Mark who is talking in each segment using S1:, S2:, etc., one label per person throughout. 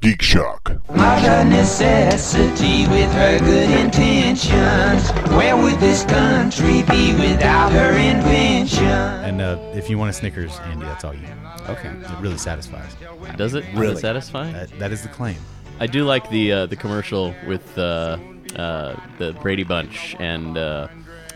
S1: Geek Shock.
S2: Out of necessity with her good intentions. Where would this country be without her invention?
S3: And uh, if you want a Snickers, Andy, that's all you.
S4: Okay.
S3: It really satisfies.
S4: Does it really
S3: Really.
S4: it satisfy?
S3: That, that is the claim.
S4: I do like the uh, the commercial with uh, uh, the Brady Bunch and uh,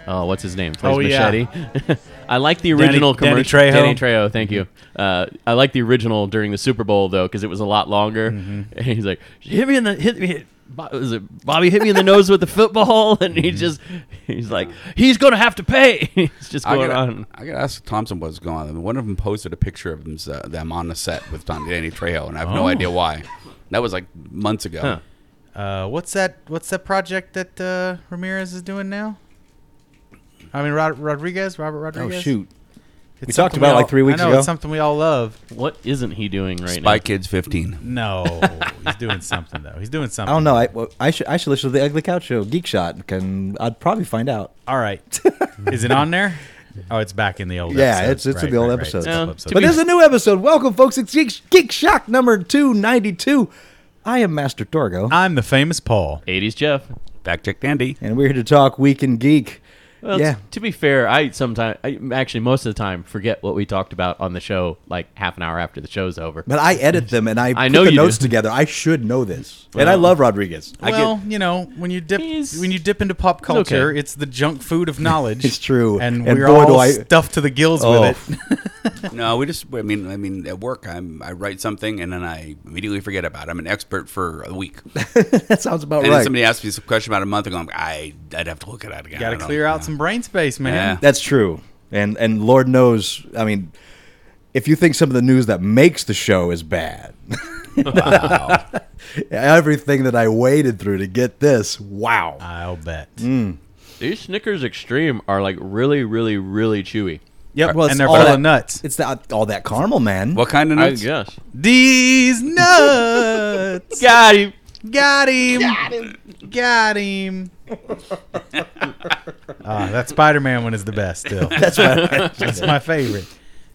S4: oh, what's his name? Plays
S3: Oh, yeah.
S4: machete. I like the original
S3: Danny
S4: commercial.
S3: Trejo. Mm-hmm.
S4: Trejo, thank you. Uh, I like the original during the Super Bowl though because it was a lot longer.
S3: Mm-hmm.
S4: And he's like, hit me in the hit me. hit- Bo- Was it Bobby hit me in the nose with the football, and
S3: Mm-hmm.
S4: he just he's like, he's gonna have to pay. it's just
S5: I
S4: going
S5: gotta,
S4: on.
S5: I gotta ask Thompson what's going on. One of them posted a picture of them, them on the set with Tom Danny Trejo, and I have
S3: Oh.
S5: no idea why. That was like months ago.
S4: Huh.
S3: Uh, what's that? What's that project that uh, Ramirez is doing now? I mean, Rod- Rodriguez, Robert
S6: Oh
S3: Rodriguez.
S6: shoot!
S3: It's something
S6: We talked about it
S3: all-
S6: like three weeks
S3: I know,
S6: ago.
S3: It's something we all love.
S4: What isn't he doing right
S5: Spy Kids 15.
S3: No, he's doing something though. He's doing
S6: I
S3: something.
S6: don't know. I, well, I should I should listen to the Ugly Couch Show Geek Shot. Can I'd probably find out.
S3: All right, is it on there? Oh, it's back in the old.
S6: Yeah,
S3: episodes.
S6: it's- it's in the old episodes.
S3: It's up,
S4: Yeah,
S3: up,
S4: to
S3: up.
S6: But there's a new episode. Welcome, folks. It's Geek, Geek Shock number two ninety two. I am Master Torgo,
S3: I'm the famous Paul.
S4: now? 80s Jeff.
S5: Back check Dandy.
S6: and we're here to talk weekend geek.
S4: Well,
S6: yeah,
S4: yeah. To be fair, I sometimes, I actually most of the time, forget what we talked about on the show like half an hour after the show's over.
S6: but I edit them and I,
S4: I
S6: put
S4: know
S6: the
S4: you
S6: notes
S4: do.
S6: together. I should know this, and I love Rodriguez. I
S3: well, you know, when you dip
S4: He's-
S3: when you dip into pop
S4: okay.
S3: culture, it's, the junk food of knowledge.
S6: It's true.
S3: and,
S6: And
S3: we're
S6: boy, do
S3: all
S6: I-
S3: stuffed to the gills
S6: Oh.
S3: with it.
S5: No, we just. I mean, I mean, at work, I'm. I write something and then I immediately forget about. it. I'm an expert for a week. And
S6: get that sounds about
S5: then
S6: right.
S5: somebody asked me some question about a month ago. I'm, like, I, I'd have to look at that again.
S3: Got to
S5: I don't-
S3: clear out
S5: yeah.
S3: some brain space, man.
S5: Yeah.
S6: That's true, and and Lord knows. I mean, if you think some of the news that makes the show is bad,
S5: Wow.
S6: everything that I waded through to get this, wow.
S3: I'll bet.
S4: These Snickers Extreme are like really, really, really chewy.
S3: Yep,
S6: Well, it's
S3: and they're
S6: all
S3: full
S6: that-
S3: of nuts.
S6: It's that all that caramel, man.
S5: what kind of
S4: I
S5: nuts?
S4: guess.
S3: These nuts.
S4: Got him.
S3: Got him. Got him. Got him. Ah, that Spider Man one is the best still. That's my favorite.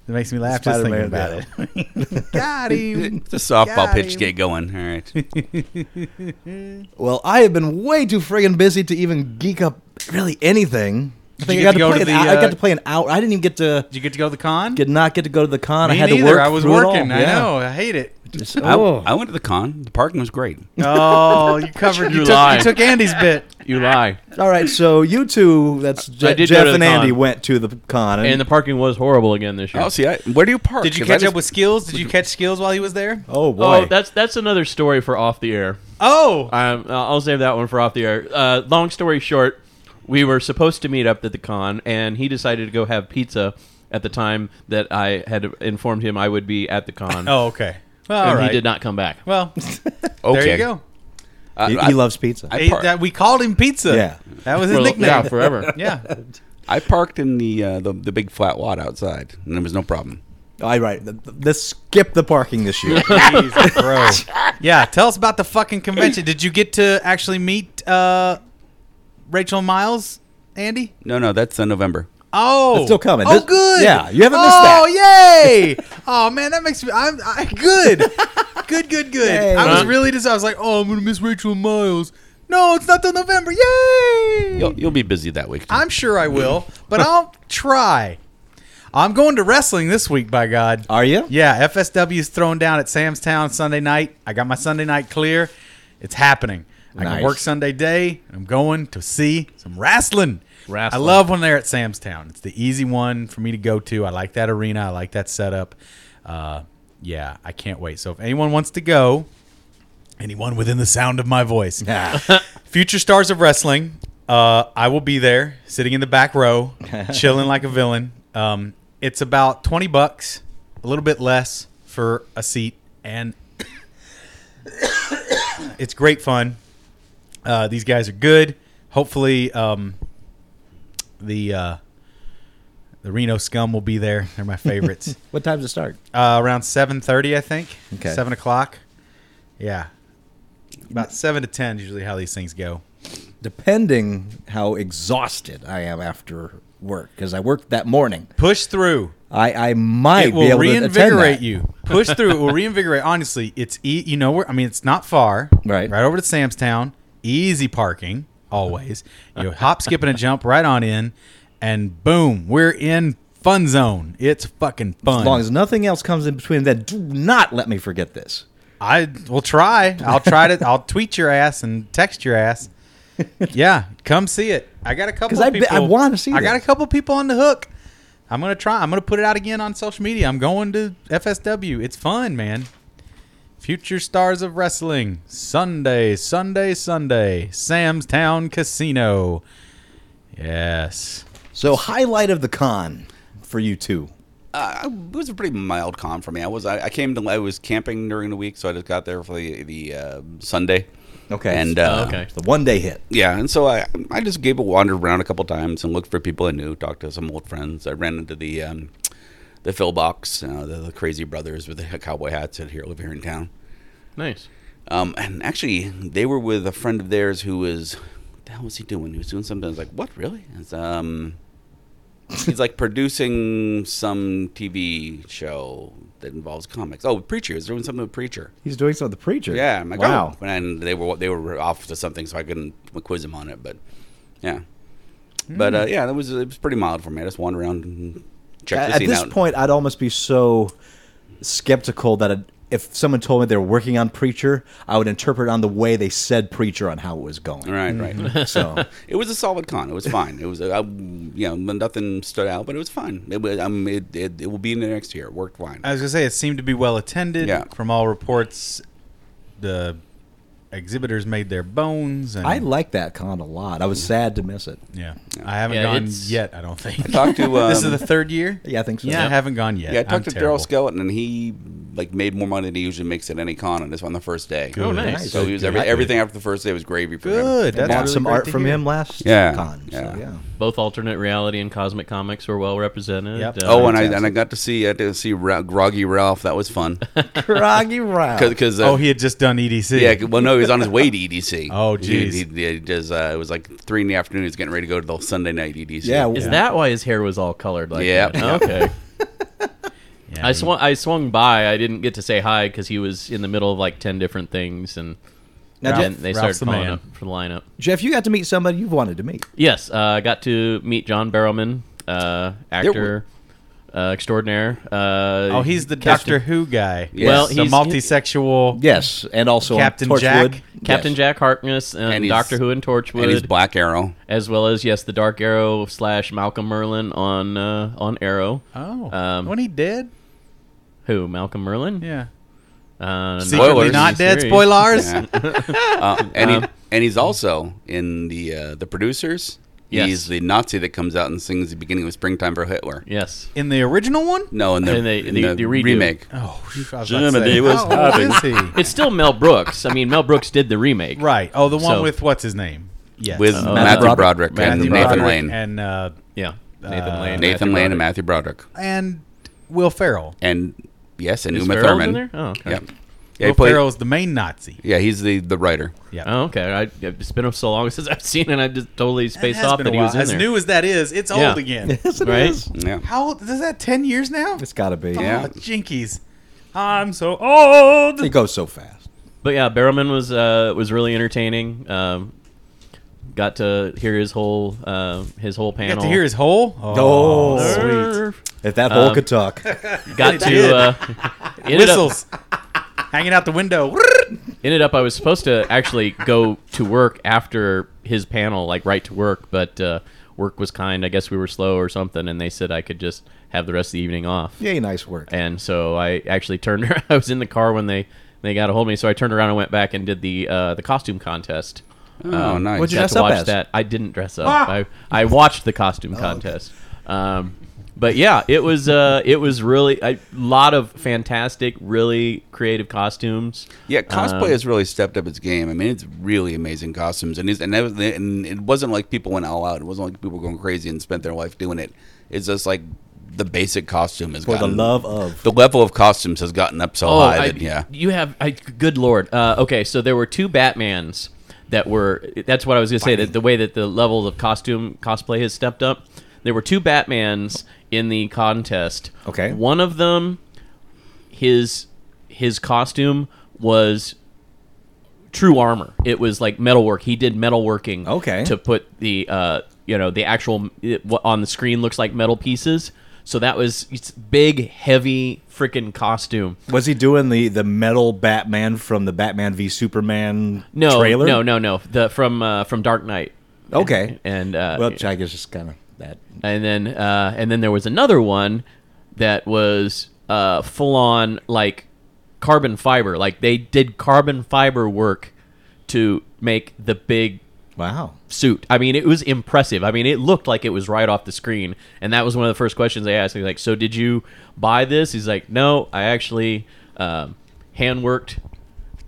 S3: It makes me laugh
S6: Spider-Man,
S3: just thinking about it. Got him.
S5: It's a softball
S3: Got
S5: pitch
S3: him.
S5: to get going. All right.
S6: Well, I have been way too friggin' busy to even geek up really anything. I think
S3: you
S6: I
S3: get
S6: got
S3: to go to
S6: to, play. an
S3: the,
S6: hou- I
S3: uh,
S6: got to play an hour. I didn't even get to
S3: Did you get to go to the con?
S6: get not get to go to the con.
S3: Me
S6: I had
S3: neither.
S6: to work.
S3: I was
S6: through it all.
S3: working. I
S6: Yeah.
S3: know. I hate it.
S6: Just-
S5: I,
S6: oh.
S5: I went to the con. The parking was great.
S3: Oh, you covered.
S4: You
S3: you, took,
S4: lie.
S3: you took Andy's bit.
S4: You lie.
S6: All right, so you two, that's Je-
S4: did go
S6: Jeff
S4: to the
S6: and Andy,
S4: con.
S6: went to the con.
S4: And the parking was horrible again this year.
S5: Oh, see, I, where do you park?
S3: Did you
S5: 'Cause I
S3: catch
S5: just-
S3: up with skills? Did you catch skills while he was there?
S6: oh
S4: Oh,
S6: boy,
S4: that's that's another story for off the air.
S3: Oh,
S4: Um, I'll save that one for off the air. Uh, long story short, we were supposed to meet up at the con, and he decided to go have pizza at the time that I had informed him I would be at the con.
S3: oh, okay. Well,
S4: and
S3: all right.
S4: he did not come back.
S3: Well,
S5: Okay.
S3: there you go.
S5: I-
S6: he,
S5: I-
S6: he loves pizza.
S5: I
S3: He-
S5: parked.
S3: that we called him Pizza.
S6: Yeah.
S3: that was his
S4: For-
S3: nickname.
S4: Yeah, forever.
S3: yeah.
S5: I parked in the, uh, the the big flat lot outside, and there was no problem.
S6: All right, th- th- let's skip the parking this year.
S3: Jesus, bro. Yeah, tell us about the fucking convention. Did you get to actually meet uh, Rachel Miles, Andy?
S5: No, no, that's uh, November.
S3: Oh,
S6: It's still coming.
S3: Oh,
S6: This-
S3: good.
S6: yeah, you haven't
S3: oh,
S6: missed that.
S3: yay! oh man, that makes me. I'm I, good. good, good, good.
S6: Yay.
S3: I was
S4: Huh?
S3: really just. I was like, oh, I'm gonna miss Rachel Miles. No, it's not till November. Yay!
S5: You'll, you'll be busy that week. too.
S3: I'm sure I will, but I'll try. I'm going to wrestling this week, by God.
S6: Are you?
S3: Yeah, FSW's thrown down at Sam's Town Sunday night. I got my Sunday night clear. It's happening. I can
S6: Nice.
S3: work Sunday day. I'm going to see some wrestling.
S4: Wrestling.
S3: I love when they're at Sam's Town. It's the easy one for me to go to. I like that arena. I like that setup. Uh, yeah, I can't wait. So if anyone wants to go, anyone within the sound of my voice,
S6: Nah.
S3: Future Stars of Wrestling. Uh, I will be there, sitting in the back row, chilling like a villain. Um, it's about twenty bucks, a little bit less for a seat, and it's great fun. Uh, these guys are good. Hopefully, um, the uh, the Reno Scum will be there. They're my favorites.
S6: what time's it start?
S3: uh, around seven thirty, I think.
S6: Okay.
S3: Seven o'clock. Yeah. About seven to ten, is usually how these things go.
S6: Depending how exhausted I am after work, because I worked that morning.
S3: Push through.
S6: I I might
S3: it will
S6: be able to attend
S3: reinvigorate
S6: that.
S3: you. Push through. It will reinvigorate. Honestly, it's e- you know where I mean. It's not far.
S6: Right.
S3: Right over to Sam's Town. Easy parking always. You hop, skip, and a jump right on in, and boom, we're in fun zone. It's fucking fun.
S6: As long as nothing else comes in between, then do not let me forget this.
S3: I will try. I'll try to. I'll tweet your ass and text your ass. Yeah, come see it. I got a couple.
S6: 'Cause I
S3: Of
S6: be-
S3: people,
S6: I wanna see
S3: I got a
S6: this.
S3: couple people on the hook. I'm gonna try. I'm gonna put it out again on social media. I'm going to FSW. It's fun, man. Future stars of wrestling Sunday, Sunday, Sunday. Sam's Town Casino. Yes.
S6: So highlight of the con for you two.
S5: Uh, it was a pretty mild con for me. I was I, I came to I was camping during the week, so I just got there for the the uh, Sunday.
S6: Okay.
S5: And uh,
S4: Oh, okay.
S6: It's the one day hit.
S5: yeah, and so I I just gave a wander around a couple times and looked for people I knew, talked to some old friends. I ran into the um, the Phil Box, uh, the, the Crazy Brothers with the cowboy hats that here live here in town.
S4: Nice.
S5: Um, and actually, they were with a friend of theirs who was, what the hell was he doing? He was doing something. I was like, what, really? It's, um, he's like producing some TV show that involves comics. Oh, Preacher. He's doing something with Preacher.
S6: He's doing something with the preacher.
S5: Yeah. I'm like,
S6: wow.
S5: oh. And they were they were off to something, so I couldn't quiz him on it. But yeah, but
S6: Hmm.
S5: uh, yeah, that was it was pretty mild for me. I just wandered around and checked
S6: At,
S5: the
S6: at
S5: scene
S6: this
S5: out.
S6: point, I'd almost be so skeptical that it- if someone told me they were working on preacher, I would interpret on the way they said preacher on how it was going.
S5: right,
S6: Mm-hmm.
S5: right.
S6: So
S5: It was a solid con. It was fine. It was, uh, I, you know, nothing stood out, but it was fine. It was, um, it, it, it will be in the next year. It worked fine.
S3: I was gonna say it seemed to be well attended.
S5: Yeah.
S3: From all reports, the exhibitors made their bones. And
S6: I like that con a lot. I was sad to miss it.
S3: Yeah. I haven't
S4: Yeah,
S3: gone
S4: it's-
S3: yet, I don't think.
S5: talked to, um,
S3: this is the third year?
S6: Yeah, I think so.
S3: Yeah, I
S6: Yep.
S3: haven't gone yet.
S5: yeah, I talked
S3: I'm
S5: to
S3: terrible.
S5: Daryl Skeleton, and he like made more money than he usually makes at any con, and this on the first day.
S3: Good.
S4: Oh, nice.
S5: So he was every,
S3: Good.
S5: everything after the first day was gravy for him.
S3: Good. That's
S6: Bought
S3: really
S6: some
S3: great
S6: art
S3: to
S6: from
S3: hear.
S6: him last
S5: Yeah,
S6: con. so
S5: yeah.
S6: yeah.
S4: Both alternate reality and cosmic comics were well represented. uh,
S3: Yep.
S5: Oh, and I
S6: Fantastic.
S5: and I got to see I did see Ra- Groggy Ralph. That was fun
S6: Groggy Ralph.
S5: because
S3: Oh, he had just done EDC.
S5: uh, Yeah, well, no, he was on his way to EDC.
S3: Oh,
S5: He-
S3: geez.
S5: He, he, just, uh, it was like three in the afternoon. He's getting ready to go to the Sunday night E EDC.
S6: Yeah,
S4: Is that why his hair was all colored like
S5: Yep.
S4: that? Oh, Okay.
S3: Yeah,
S4: I
S3: he-
S4: swung I swung by. I didn't get to say hi because he was in the middle of like ten different things, and
S6: Now,
S4: then
S6: Jeff-
S4: they
S3: Ralph's
S4: started
S3: the
S4: calling
S3: man.
S4: up for the lineup.
S6: Jeff, you got to meet somebody you've wanted to meet.
S4: Yes, uh, I got to meet John Barrowman, uh, actor uh, extraordinaire. Uh,
S3: Oh, he's the
S4: Captain-
S3: Doctor Who guy.
S5: Yes. Well,
S3: the
S4: he's-
S3: multisexual.
S6: Yes, and also on
S3: Captain
S6: Torchwood.
S3: Jack.
S4: Captain
S6: Yes.
S4: Jack Harkness and,
S5: And he's-
S4: Doctor Who and Torchwood,
S5: and he's Black Arrow.
S4: as well as yes, the Dark Arrow slash Malcolm Merlin on uh, on Arrow.
S3: Oh,
S4: Um,
S3: when he did?
S4: Who Malcolm Merlin?
S3: Yeah.
S4: Uh,
S3: Secretly
S5: Spoilers.
S3: not dead.
S4: Series.
S3: Spoilers.
S5: Yeah. Uh, and
S4: Um,
S5: he, and he's also in the uh, the producers.
S4: Yes.
S5: He's the Nazi that comes out and sings the beginning of "Springtime for Hitler."
S4: Yes.
S3: In the original one?
S5: No, in the,
S4: And they-
S5: in
S4: the-
S5: the,
S4: the redo.
S5: remake.
S3: Oh, I was
S5: Jiminy
S3: about to say,
S5: was
S3: how old
S5: having-
S3: is he?
S4: It's still Mel Brooks. I mean, Mel Brooks did the remake.
S3: Right. Oh, the one
S4: So-
S3: with what's his name? Yes.
S5: With
S4: Uh,
S5: Matthew
S6: Matthew
S5: Broderick, and
S3: Matthew
S5: Nathan
S3: Broderick
S5: Lane,
S3: and uh,
S4: Yeah.
S3: Uh,
S5: Nathan Lane and Matthew Broderick,
S3: and Will Ferrell.
S5: and yes, and
S4: Is
S5: Uma
S4: Ferrell's
S5: Thurman.
S4: in there? Oh, okay.
S5: Yep. Yeah, he
S3: Will
S5: played-
S3: Ferrell's the main Nazi.
S5: yeah, he's the the writer.
S3: Yeah.
S4: Oh, okay. I, it's been so long since I've seen it, and I just totally
S3: It
S4: spaced
S3: has
S4: off
S3: been
S4: that
S3: a
S4: he
S3: while.
S4: was in
S3: as
S4: there.
S3: new as that is, it's
S4: Yeah.
S3: old again.
S6: Yes, it
S4: Right?
S6: is.
S5: Yeah,
S3: How old is that? Ten years now?
S6: It's got to be.
S5: Yeah.
S3: Oh, jinkies! I'm so old.
S6: It goes so fast.
S4: But yeah, Barrowman was uh, was really entertaining. Um, got to hear his whole uh, his whole
S3: You
S4: panel.
S3: got to hear his whole.
S6: Oh,
S4: Err.
S6: If that hole
S4: Um,
S6: could talk.
S4: Got to uh, ended up,
S3: whistles hanging out the window.
S4: ended up I was supposed to actually go to work after his panel, like right to work, but uh, work was kind. I guess we were slow or something, and they said I could just have the rest of the evening off.
S6: Yay, nice work.
S4: And so I actually turned. around- I was in the car when they they got a hold of me, so I turned around and went back and did the uh, the costume contest.
S5: Oh, nice.
S6: what'd you
S4: got
S6: dress
S4: to
S6: up
S4: watch
S6: as?
S4: that. I didn't dress up. I, I watched the costume contest. Um, but yeah, it was uh, it was really a lot of fantastic, really creative costumes.
S5: Yeah, cosplay
S4: Um,
S5: has really stepped up its game. I mean, it's really amazing costumes, and it's, and, that was, and it wasn't like people went all out. It wasn't like people going crazy and spent their life doing it. It's just like the basic costume has
S6: For the
S5: gotten
S6: love of.
S5: the level of costumes has gotten up so
S4: Oh,
S5: high.
S4: I-
S5: that, yeah,
S4: You have, I, good lord. Uh, okay, so there were two Batmans that were. That's what I was gonna say. That the way that the levels of costume cosplay has stepped up. There were two Batmans in the contest.
S6: Okay.
S4: One of them, his his costume was true armor. It was like metalwork. He did metalworking.
S6: Okay.
S4: To put the uh, you know the actual it, what on the screen looks like metal pieces. So that was it's big, heavy, freaking costume.
S6: Was he doing the the metal Batman from the Batman v Superman
S4: No,
S6: trailer?
S4: no, no, no. The from uh, from Dark Knight.
S6: Okay.
S4: And uh,
S6: Well, I guess just kind of that.
S4: and then uh, and then there was another one that was uh, full on like carbon fiber. Like they did carbon fiber work to make the big
S6: Wow.
S4: suit. I mean, it was impressive. I mean, it looked like it was right off the screen, and that was one of the first questions I asked. He's like, "So did you buy this?" He's like, "No, I actually um, hand worked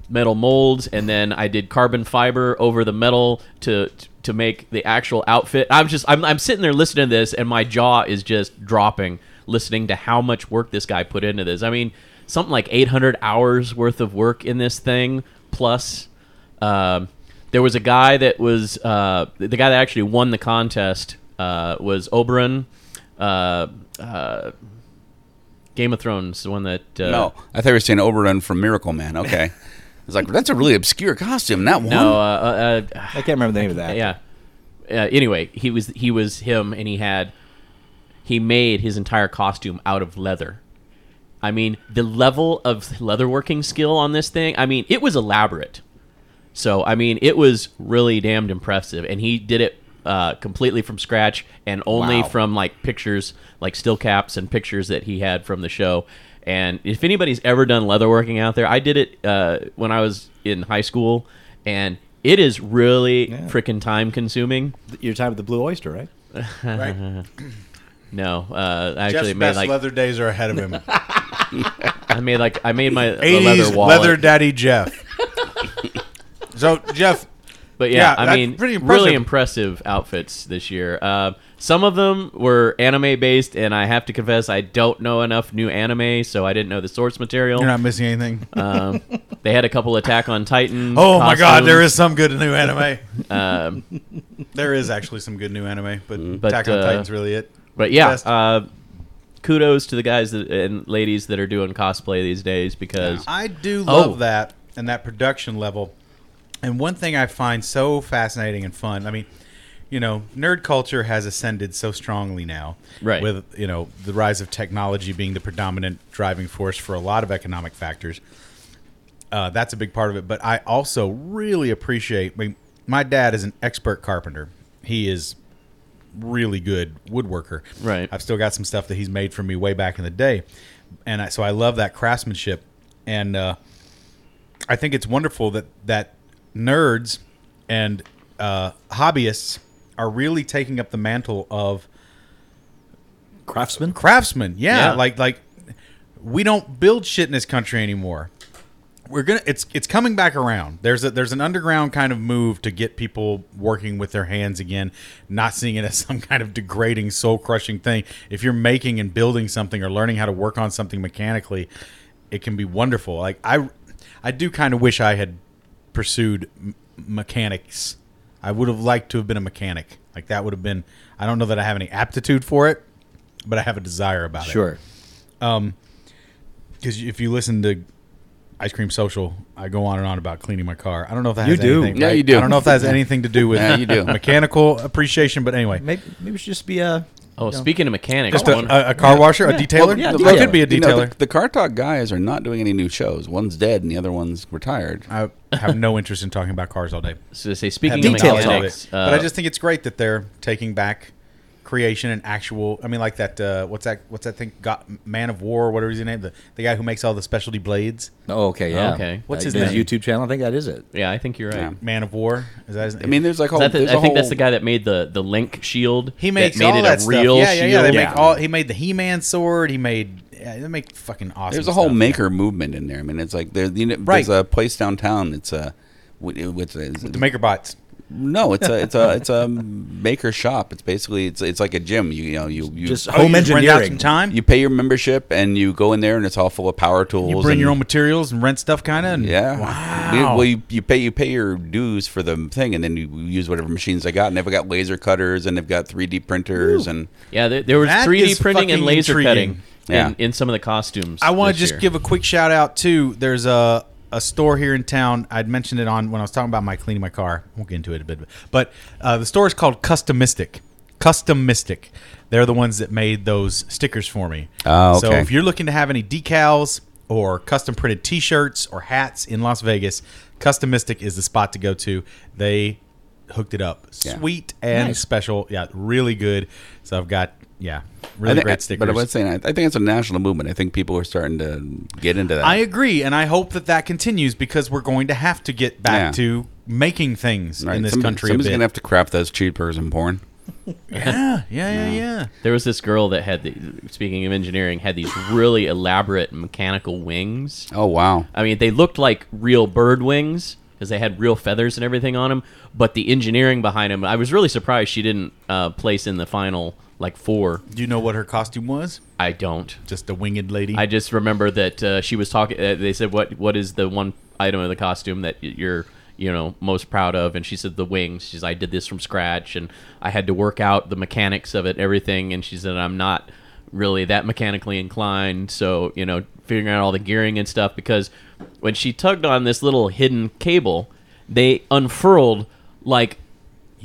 S4: metal molds, and then I did carbon fiber over the metal to to make the actual outfit." I'm just I'm I'm sitting there listening to this, and my jaw is just dropping listening to how much work this guy put into this. I mean, something like 800 hours worth of work in this thing plus um, there was a guy that was uh, the guy that actually won the contest uh, was Oberon. Uh, uh, Game of Thrones, the one that uh,
S5: No, I thought you were saying Oberon from Miracle Man. Okay, I was like, that's a really obscure costume. That one.
S4: no, uh, uh,
S6: I can't remember the name of that.
S4: yeah. Uh, anyway, he was he was him, and he had he made his entire costume out of leather. I mean, the level of leatherworking skill on this thing. I mean, it was elaborate. So I mean, it was really damned impressive, and he did it uh, completely from scratch and only
S6: Wow.
S4: from like pictures, like still caps and pictures that he had from the show. And if anybody's ever done leatherworking out there, I did it uh, when I was in high school, and it is really freaking time consuming.
S6: Your time at the Blue Oyster, right?
S3: Right?
S4: No, uh, I
S3: Jeff's
S4: actually made
S3: best
S4: like
S3: leather days are ahead of him.
S4: I made like I made my
S3: 80s
S4: leather
S3: leather,
S4: wallet.
S3: daddy Jeff. so Jeff,
S4: But yeah,
S3: Yeah,
S4: I
S3: that's
S4: mean,
S3: pretty
S4: really
S3: impressive.
S4: impressive outfits this year. Uh, some of them were anime based, and I have to confess, I don't know enough new anime, so I didn't know the source material.
S3: you're not missing anything.
S4: Um, they had a couple Attack on Titan.
S3: oh my God, there
S4: costumes, Um,
S3: is some good new anime. there is actually some good new anime, but,
S4: But,
S3: Attack on
S4: uh,
S3: Titan's really it.
S4: But yeah,
S3: Best.
S4: uh, kudos to the guys that, and ladies that are doing cosplay these days because
S3: I do love
S4: Oh.
S3: that and that production level. And one thing I find so fascinating and fun, I mean, you know, nerd culture has ascended so strongly now.
S4: Right.
S3: With, you know, the rise of technology being the predominant driving force for a lot of economic factors. Uh, that's a big part of it. But I also really appreciate, I mean, my dad is an expert carpenter. He is really good woodworker.
S4: Right.
S3: I've still got some stuff that he's made for me way back in the day, and I, so I love that craftsmanship, and uh, I think it's wonderful that that nerds and uh, hobbyists are really taking up the mantle of
S6: Craftsman.
S3: craftsmen. Yeah,
S4: Yeah.
S3: like like we don't build shit in this country anymore. We're gonna it's it's coming back around. There's a there's an underground kind of move to get people working with their hands again, not seeing it as some kind of degrading, soul crushing thing. If you're making and building something or learning how to work on something mechanically, it can be wonderful. Like I I do kind of wish I had pursued m- mechanics. I would have liked to have been a mechanic. Like that would have been. I don't know that I have any aptitude for it, but I have a desire about it.
S6: Sure.
S3: Because if you listen to Ice Cream Social, I go on and on about cleaning my car. I don't know if that
S6: You
S3: has
S6: do.
S3: Anything,
S5: Yeah,
S3: right?
S5: you do.
S3: I don't know if that has anything to do with
S5: Yeah, you do.
S3: mechanical appreciation, but anyway,
S6: Maybe maybe we should just be uh, a.
S4: oh, speaking of mechanics,
S3: just uh, a, a, a car washer, a detailer.
S6: yeah,
S3: I
S6: detailer.
S3: could be a detailer.
S5: You know, the, the Car Talk guys are not doing any new shows. One's dead and the other one's retired.
S3: I have no interest in talking about cars all day.
S4: so to say, speaking of
S3: have
S6: details
S3: details
S6: of
S4: mechanics,
S3: of it. but I
S4: uh,
S3: just think it's great that they're taking back creation and actual. I mean, like that. Uh, what's that? What's that thing? Got Man of War, whatever his name. The, the guy who makes all the specialty blades.
S6: Oh, okay. Yeah.
S4: Okay.
S3: What's
S6: Uh,
S3: his name?
S6: YouTube channel? I think that is it.
S4: yeah, I think you're right.
S5: Yeah.
S3: Man of War. Is that his name?
S5: I mean, there's like whole,
S4: Is that the- I
S5: there's a
S4: think that's
S5: whole-
S4: the guy that made the, the link shield.
S3: he makes
S4: that made
S3: all
S4: it
S3: that
S4: a
S3: stuff.
S4: real
S3: yeah, yeah,
S4: shield.
S3: yeah. They
S6: shield.
S3: make all. He made the He-Man sword. He made. Yeah, they make fucking awesome.
S5: There's a whole
S3: stuff.
S5: maker movement in there. I mean, it's like there, you know,
S3: Right.
S5: there's a place downtown. It's a with, with,
S3: The MakerBots.
S5: No, it's a it's a it's a maker shop. It's basically it's it's like a gym. You, you know you you
S6: Just
S3: Oh, you
S6: home
S3: just rent out
S6: engineering.
S3: some time.
S5: you pay your membership and you go in there and it's all full of power tools.
S3: You bring
S5: and-
S3: your own materials and rent stuff, kind of.
S5: Yeah. You-
S3: Wow.
S5: well, you, you pay you pay your dues for the thing, and then you use whatever machines they got. And they've got laser cutters, and they've got 3D printers, and
S4: Yeah, there, there was
S3: That
S4: 3D
S3: is
S4: printing and
S3: fucking
S4: laser
S3: intriguing.
S4: cutting
S5: Yeah.
S4: in, in some of the costumes.
S3: I want
S4: this
S3: to just
S4: year.
S3: give a quick shout out to there's a a store here in town. I'd mentioned it on when I was talking about my cleaning my car. I won't get into it a bit, but uh, the store is called Customistic. Customistic. They're the ones that made those stickers for me.
S5: Oh,
S3: So
S5: okay.
S3: if you're looking to have any decals or custom printed T-shirts or hats in Las Vegas, Customistic is the spot to go to. They hooked it up,
S5: Yeah.
S3: sweet and special. Yeah, really good. So I've got yeah,
S5: I
S3: really
S5: think-
S3: great stickers.
S5: But I was saying, I, I think it's a national movement. I think people are starting to get into that.
S3: I agree, and I hope that that continues because we're going to have to get back
S5: Yeah.
S3: to making things
S5: Right.
S3: in this
S5: Somebody-
S3: country. A
S5: somebody's
S3: bit.
S5: gonna have to craft those cheapers and porn.
S3: yeah, yeah, yeah, yeah.
S4: There was this girl that had, the, speaking of engineering, had these really elaborate mechanical wings.
S5: Oh wow!
S4: I mean, they looked like real bird wings because they had real feathers and everything on them. But the engineering behind them, I was really surprised she didn't uh, place in the final like four.
S3: Do you know what her costume was?
S4: I don't.
S3: Just a winged lady.
S4: I just remember that uh, she was talking. Uh, they said, "What what is the one item of the costume that y- you're you know most proud of?" And she said, "The wings." She's, "I did this from scratch, and I had to work out the mechanics of it, everything." And she said, "I'm not really that mechanically inclined, so you know, figuring out all the gearing and stuff." Because when she tugged on this little hidden cable, they unfurled like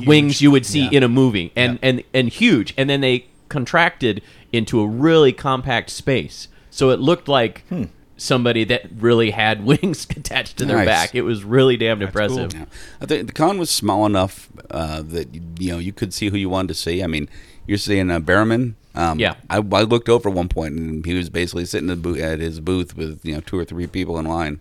S4: wings you would see
S3: Yeah.
S4: in a movie and, and and huge and then they contracted into a really compact space so it looked like
S5: Hmm.
S4: somebody that really had wings attached to their
S5: Nice.
S4: back it was really damn impressive
S5: Yeah. I think the con was small enough uh, that you know you could see who you wanted to see. I mean, you're seeing uh, Berriman. Um,
S4: Yeah.
S5: I, I looked over at one point and he was basically sitting in the booth, at his booth with you know two or three people in line.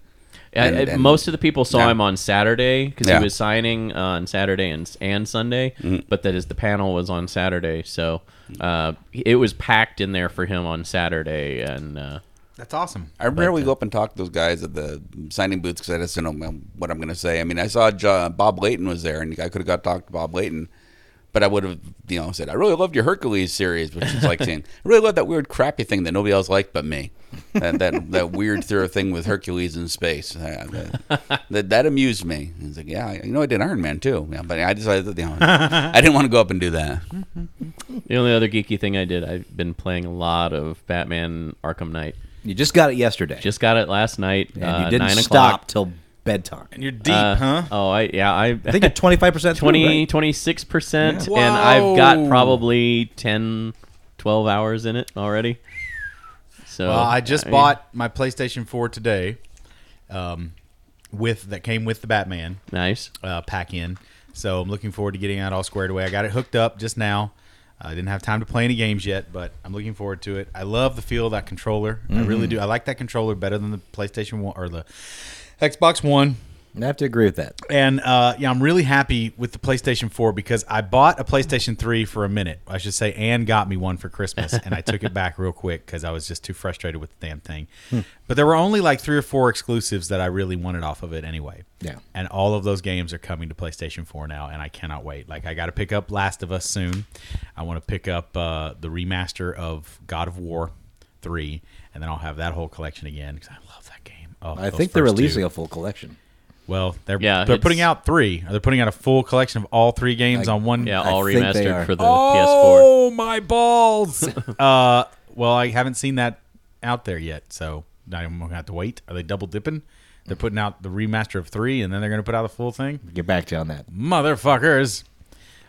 S4: Yeah,
S5: And-
S4: and
S5: and-
S4: most of the people saw
S5: Yeah.
S4: him on Saturday because
S5: Yeah. Mm-hmm.
S4: he was signing on Saturday and and Sunday, but that is the panel was on Saturday, so
S5: Mm.
S4: uh, it was packed in there for him on Saturday, and uh,
S3: That's awesome.
S5: I rarely go up and talk to those guys at the signing booths because I just don't know what I'm going to say. I mean, I saw jo- Bob Layton was there, and I could have got talked to Bob Layton, but I would have, you know, said I really loved your Hercules series, which is like saying I really loved that weird crappy thing that nobody else liked but me. That that, that weird thorough thing with Hercules in space Uh, that, that that amused me. I was like, yeah, you know, I did Iron Man too, yeah, but I decided that you know, I didn't want to go up and do that.
S4: the only other geeky thing I did, I've been playing a lot of Batman Arkham Knight.
S6: You just got it yesterday.
S4: Just got it last night.
S6: and
S4: uh,
S6: you didn't
S4: nine
S6: stop
S4: o'clock.
S6: till bedtime.
S3: And you're deep,
S4: Uh,
S3: huh?
S4: Oh, I yeah, I,
S6: I think you're 25%
S4: 20,
S6: through,
S4: 26%, and I've
S3: Whoa.
S4: got probably 10, 12 hours in it already. So
S3: Well, I just
S4: mean,
S3: bought my PlayStation 4 today, um, with that came with the Batman
S4: nice.
S3: uh, pack in. So I'm looking forward to getting that all squared away. I got it hooked up just now. I didn't have time to play any games yet, but I'm looking forward to it. I love the feel of that controller. I really do. I like that controller better than the PlayStation One or the Xbox One.
S6: right? I have to agree with that.
S3: And uh, yeah, I'm really happy with the PlayStation 4 because I bought a PlayStation 3 for a minute. I should say, Anne got me one for Christmas, and I took it back real quick because I was just too frustrated with the damn thing.
S6: Hmm.
S3: but there were only like three or four exclusives that I really wanted off of it anyway.
S6: Yeah.
S3: And all of those games are coming to PlayStation 4 now, and I cannot wait. Like, I got to pick up Last of Us soon. I want to pick up uh, the remaster of God of War 3, and then I'll have that whole collection again because I love that game. Oh,
S6: I
S3: those
S6: think they're
S3: first two.
S6: releasing a full collection.
S3: Well, they're
S4: Yeah,
S3: they're
S4: it's-
S3: putting out three. Are they putting out a full collection of all three games on one?
S4: Yeah,
S6: I
S4: all
S6: think they
S4: remastered
S6: are.
S4: for the PS4.
S3: Oh my balls! uh, well, I haven't seen that out there yet, so I'm gonna have to wait. Are they double dipping? They're putting out the remaster of three, and then they're gonna put out the full thing.
S6: Get back to you on that.
S3: Motherfuckers!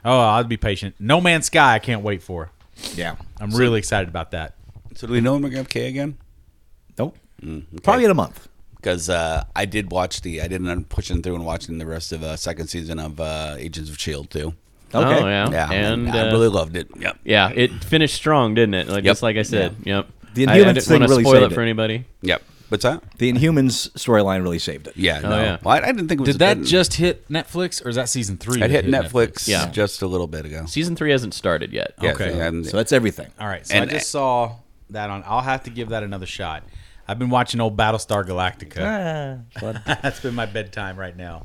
S3: Oh, I'll be patient. No Man's Sky, I can't wait for.
S6: Yeah.
S3: I'm really excited about that.
S5: So do we know when we're going to have K again?
S6: Nope. Probably in a month.
S5: because uh, I did watch the I didn't I'm pushing through and watching the rest of uh, second season of uh, Agents of Shield too.
S6: Okay.
S4: Oh, yeah.
S5: Yeah,
S4: and
S5: and I
S4: uh,
S5: really loved it. Yep.
S4: yeah, it finished strong, didn't it? Like
S5: Yep.
S4: just like I said. Yep.
S6: The
S4: I- I,
S6: Inhumans
S4: didn't
S6: thing
S4: wanna
S6: really
S4: spoil
S6: saved
S4: it for
S6: it.
S4: anybody.
S5: Yep. What's that?
S6: The Inhumans storyline really saved it.
S5: Yeah. no.
S4: yeah.
S5: Well, I, I didn't think it was.
S3: Oh, Did that
S5: it-
S3: just hit Netflix, or is that season three?
S5: It
S3: that
S5: hit Netflix,
S4: Yeah.
S5: just a little bit ago.
S4: Season three hasn't started yet.
S5: Yeah,
S3: Okay.
S5: so, um,
S6: So that's everything.
S3: All right, so
S5: And-
S3: I just saw that on. I'll have to give that another shot. I've been watching old Battlestar Galactica. That's been my bedtime right now.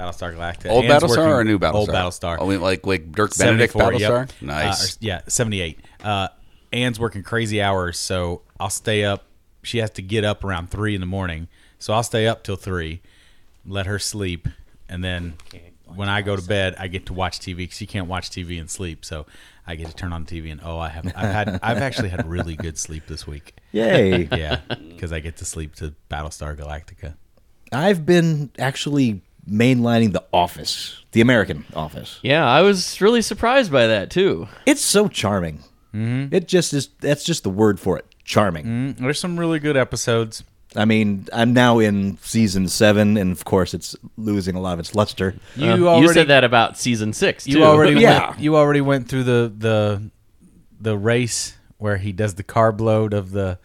S3: Battlestar Galactica.
S5: Old
S3: Anne's
S5: Battlestar
S3: working-
S5: or new Battlestar?
S3: Old Battlestar.
S5: Oh, I mean, like like Dirk Benedict
S3: 74, yep.
S5: Battlestar.
S3: Uh,
S5: Nice.
S3: or- yeah, 78. Uh, Anne's working crazy hours, so I'll stay up. She has to get up around 3 in the morning, so I'll stay up till 3, let her sleep, and then when I go to bed, I get to watch TV because she can't watch TV and sleep, so I get to turn on TV and oh, I have I've had I've actually had really good sleep this week.
S6: Yay.
S3: Yeah, because I get to sleep to Battlestar Galactica.
S6: I've been actually mainlining The Office, the American Office.
S4: Yeah, I was really surprised by that too.
S6: It's so charming. Mm-hmm. It just is. That's just the word for it. Charming.
S3: There's some really good episodes.
S6: I mean, I'm now in season seven, and of course, it's losing a lot of its luster.
S4: Uh, You, you said that about season six. Too.
S3: You already
S6: Yeah.
S3: went, you already went through the the the race where he does the carb load of the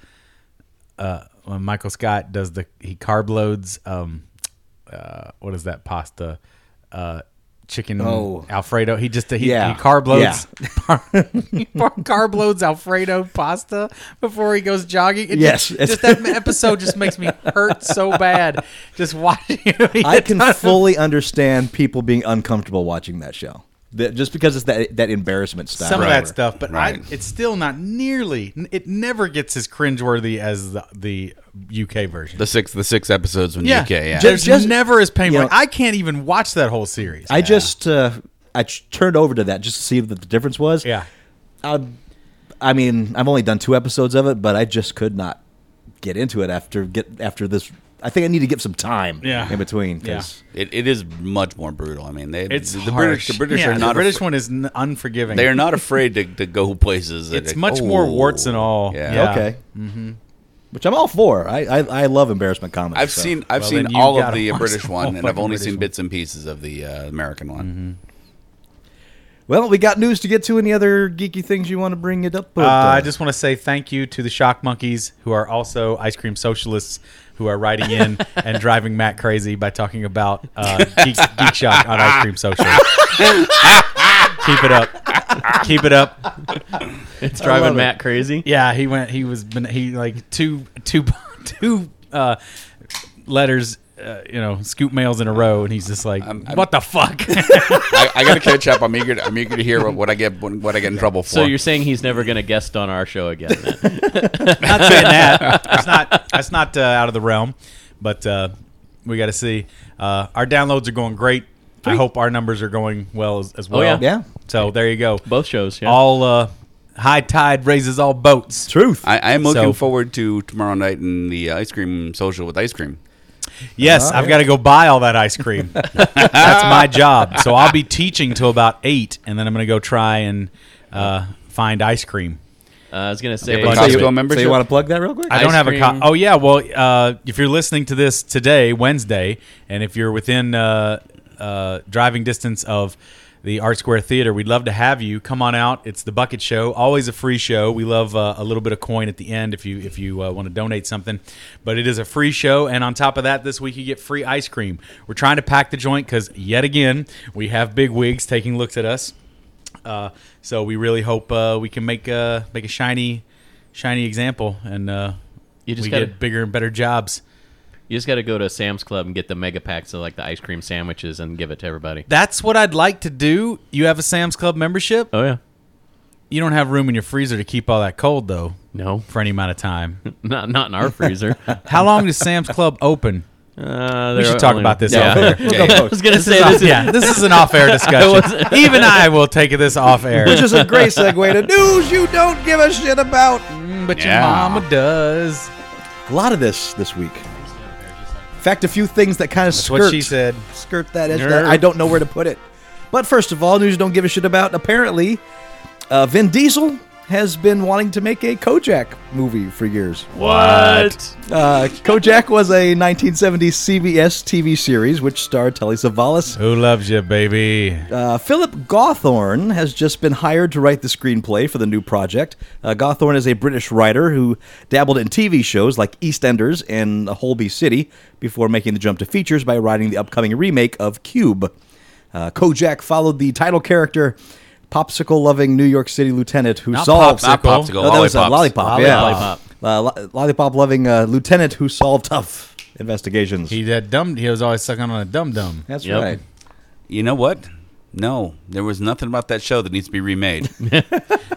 S3: uh when Michael Scott does the he carb loads um uh what is that pasta uh chicken
S6: Oh.
S3: alfredo he just he,
S6: Yeah.
S3: he carb loads he carb loads alfredo pasta before he goes jogging It
S6: Yes.
S3: just, just that episode just makes me hurt so bad just watching it
S6: I can fully understand people being uncomfortable watching that show, That- just because it's that that embarrassment style.
S3: some of
S5: Right.
S3: that stuff, but
S5: Right.
S3: I, it's still not nearly. It never gets as cringeworthy as the, the UK version.
S5: the six the six episodes when UK. Yeah.
S6: Ju-
S3: there's
S6: just-
S3: never as painful.
S6: you know-
S3: I can't even watch that whole series.
S6: I just uh, I ch- turned over to that just to see what the difference was.
S3: yeah,
S6: I, I mean, I've only done two episodes of it, but I just could not get into it after get after this. I think I need to give some time
S3: Yeah.
S6: in between. 'cause
S3: Yeah.
S5: it, it is much more brutal. I mean, they
S3: it's
S5: the
S3: harsh.
S5: British. The British
S3: Yeah,
S5: are not
S3: the British
S5: afra-
S3: one is n- unforgiving.
S5: They are not afraid to, to go places. that- Oh,
S3: It's much more warts and all. Yeah.
S6: Okay. Mm-hmm. Which I'm all for. I, I, I love embarrassment comedy.
S5: I've
S6: so.
S5: seen I've
S3: Well, then
S5: seen
S3: you
S5: all of
S3: gotta
S5: the
S3: watch
S5: British
S3: the
S5: one,
S3: whole
S5: and I've
S3: fucking
S5: only
S3: British
S5: seen
S3: one.
S5: bits and pieces of the uh, American one.
S6: Well, we got news to get to. Any other geeky things you want to bring it up? with,
S3: Uh, I
S6: uh,
S3: just want to say thank you to the Shock Monkeys, who are also ice cream socialists, who are writing in and driving Matt crazy by talking about uh, Geek, Geek Shock on ice cream social. Keep it up. Keep it up.
S4: It's
S3: love
S4: driving
S3: it.
S4: Matt crazy.
S3: Yeah, he went. He was been. He like two two two uh, letters. Uh, you know, scoop mails in a row, and he's just like,
S5: I'm-
S3: "What the fuck?"
S5: I, I got to catch up. I'm eager. To, I'm eager to hear what, what I get when, what I get in trouble for.
S4: So you're saying he's never going to guest on our show again? Then?
S3: not saying that. That's not that's not uh, out of the realm, but uh, we got to see. Uh, our downloads are going great. I hope our numbers are going well as, as
S5: Oh,
S3: well.
S4: yeah.
S6: Yeah.
S3: So there you go.
S4: Both shows. Yeah.
S3: All uh, high tide raises all boats.
S6: truth.
S5: I, I am looking
S3: So-
S5: forward to tomorrow night and the uh, ice cream social with ice cream.
S3: Yes,
S6: Oh,
S3: I've
S6: yeah.
S3: got to go buy all that ice cream. That's my job. So I'll be teaching till about eight, and then I'm going to go try and uh, find ice cream.
S4: Uh, I was going to say.
S5: Everyone
S6: so
S5: Costco
S6: you, so
S5: membership?
S6: you want to plug that real quick?
S3: I don't
S4: Ice
S3: have a
S4: cream.
S3: co- Oh yeah, well, uh, if you're listening to this today, Wednesday, and if you're within uh, uh, driving distance of the Art Square Theater, we'd love to have you. Come on out. It's the Bucket Show. Always a free show. We love uh, a little bit of coin at the end if you if you uh, want to donate something, but it is a free show. And on top of that, this week you get free ice cream. We're trying to pack the joint because yet again we have big wigs taking looks at us. Uh, so we really hope uh, we can make uh, make a shiny, shiny example, and uh,
S4: You just
S3: we
S4: gotta-
S3: get bigger and better jobs.
S4: You just got to go to Sam's Club and get the mega packs of like the ice cream sandwiches and give it to everybody.
S3: That's what I'd like to do. You have a Sam's Club membership.
S4: Oh yeah.
S3: You don't have room in your freezer to keep all that cold though,
S4: No,
S3: for any amount of time.
S4: not not in our freezer. Uh,
S3: How long does Sam's Club open? We
S4: they're
S3: should talk
S4: only-
S3: about this.
S4: Yeah.
S3: Off air.
S6: We'll go
S4: I
S6: post.
S4: was gonna say
S3: Off-
S4: this is
S3: yeah, this is an off-air discussion.
S4: wasn't-
S3: Even I will take this off air,
S6: Which is a great segue to news you don't give a shit about.
S3: but your
S5: Yeah.
S3: mama does.
S6: A lot of this this week. In fact, a few things that kind of
S3: what
S6: skirt.
S3: she said.
S6: Skirt that edge.
S4: Nerd.
S6: That I don't know where to put it. But first of all, news you don't give a shit about. Apparently, uh, Vin Diesel has been wanting to make a Kojak movie for years.
S4: What?
S6: Uh, Kojak was a 1970s CBS TV series which starred Telly Savalas.
S3: Who loves you, baby?
S6: Uh, Philip Gawthorne has just been hired to write the screenplay for the new project. Uh, Gawthorne is a British writer who dabbled in TV shows like EastEnders and Holby City before making the jump to features by writing the upcoming remake of Cube. Uh, Kojak followed the title character, popsicle-loving New York City lieutenant who
S3: Not
S6: solves
S5: Not
S3: Popsicle.
S5: popsicle.
S6: No, that was a
S5: lollipops.
S6: lollipop. Yeah,
S4: Lollipop.
S6: Uh, lo- lollipop-loving uh, lieutenant who solved tough investigations.
S3: He had dumb. He was always sucking on a dum dum.
S6: That's
S4: Yep.
S6: right.
S5: You know what? No, there was nothing about that show that needs to be remade.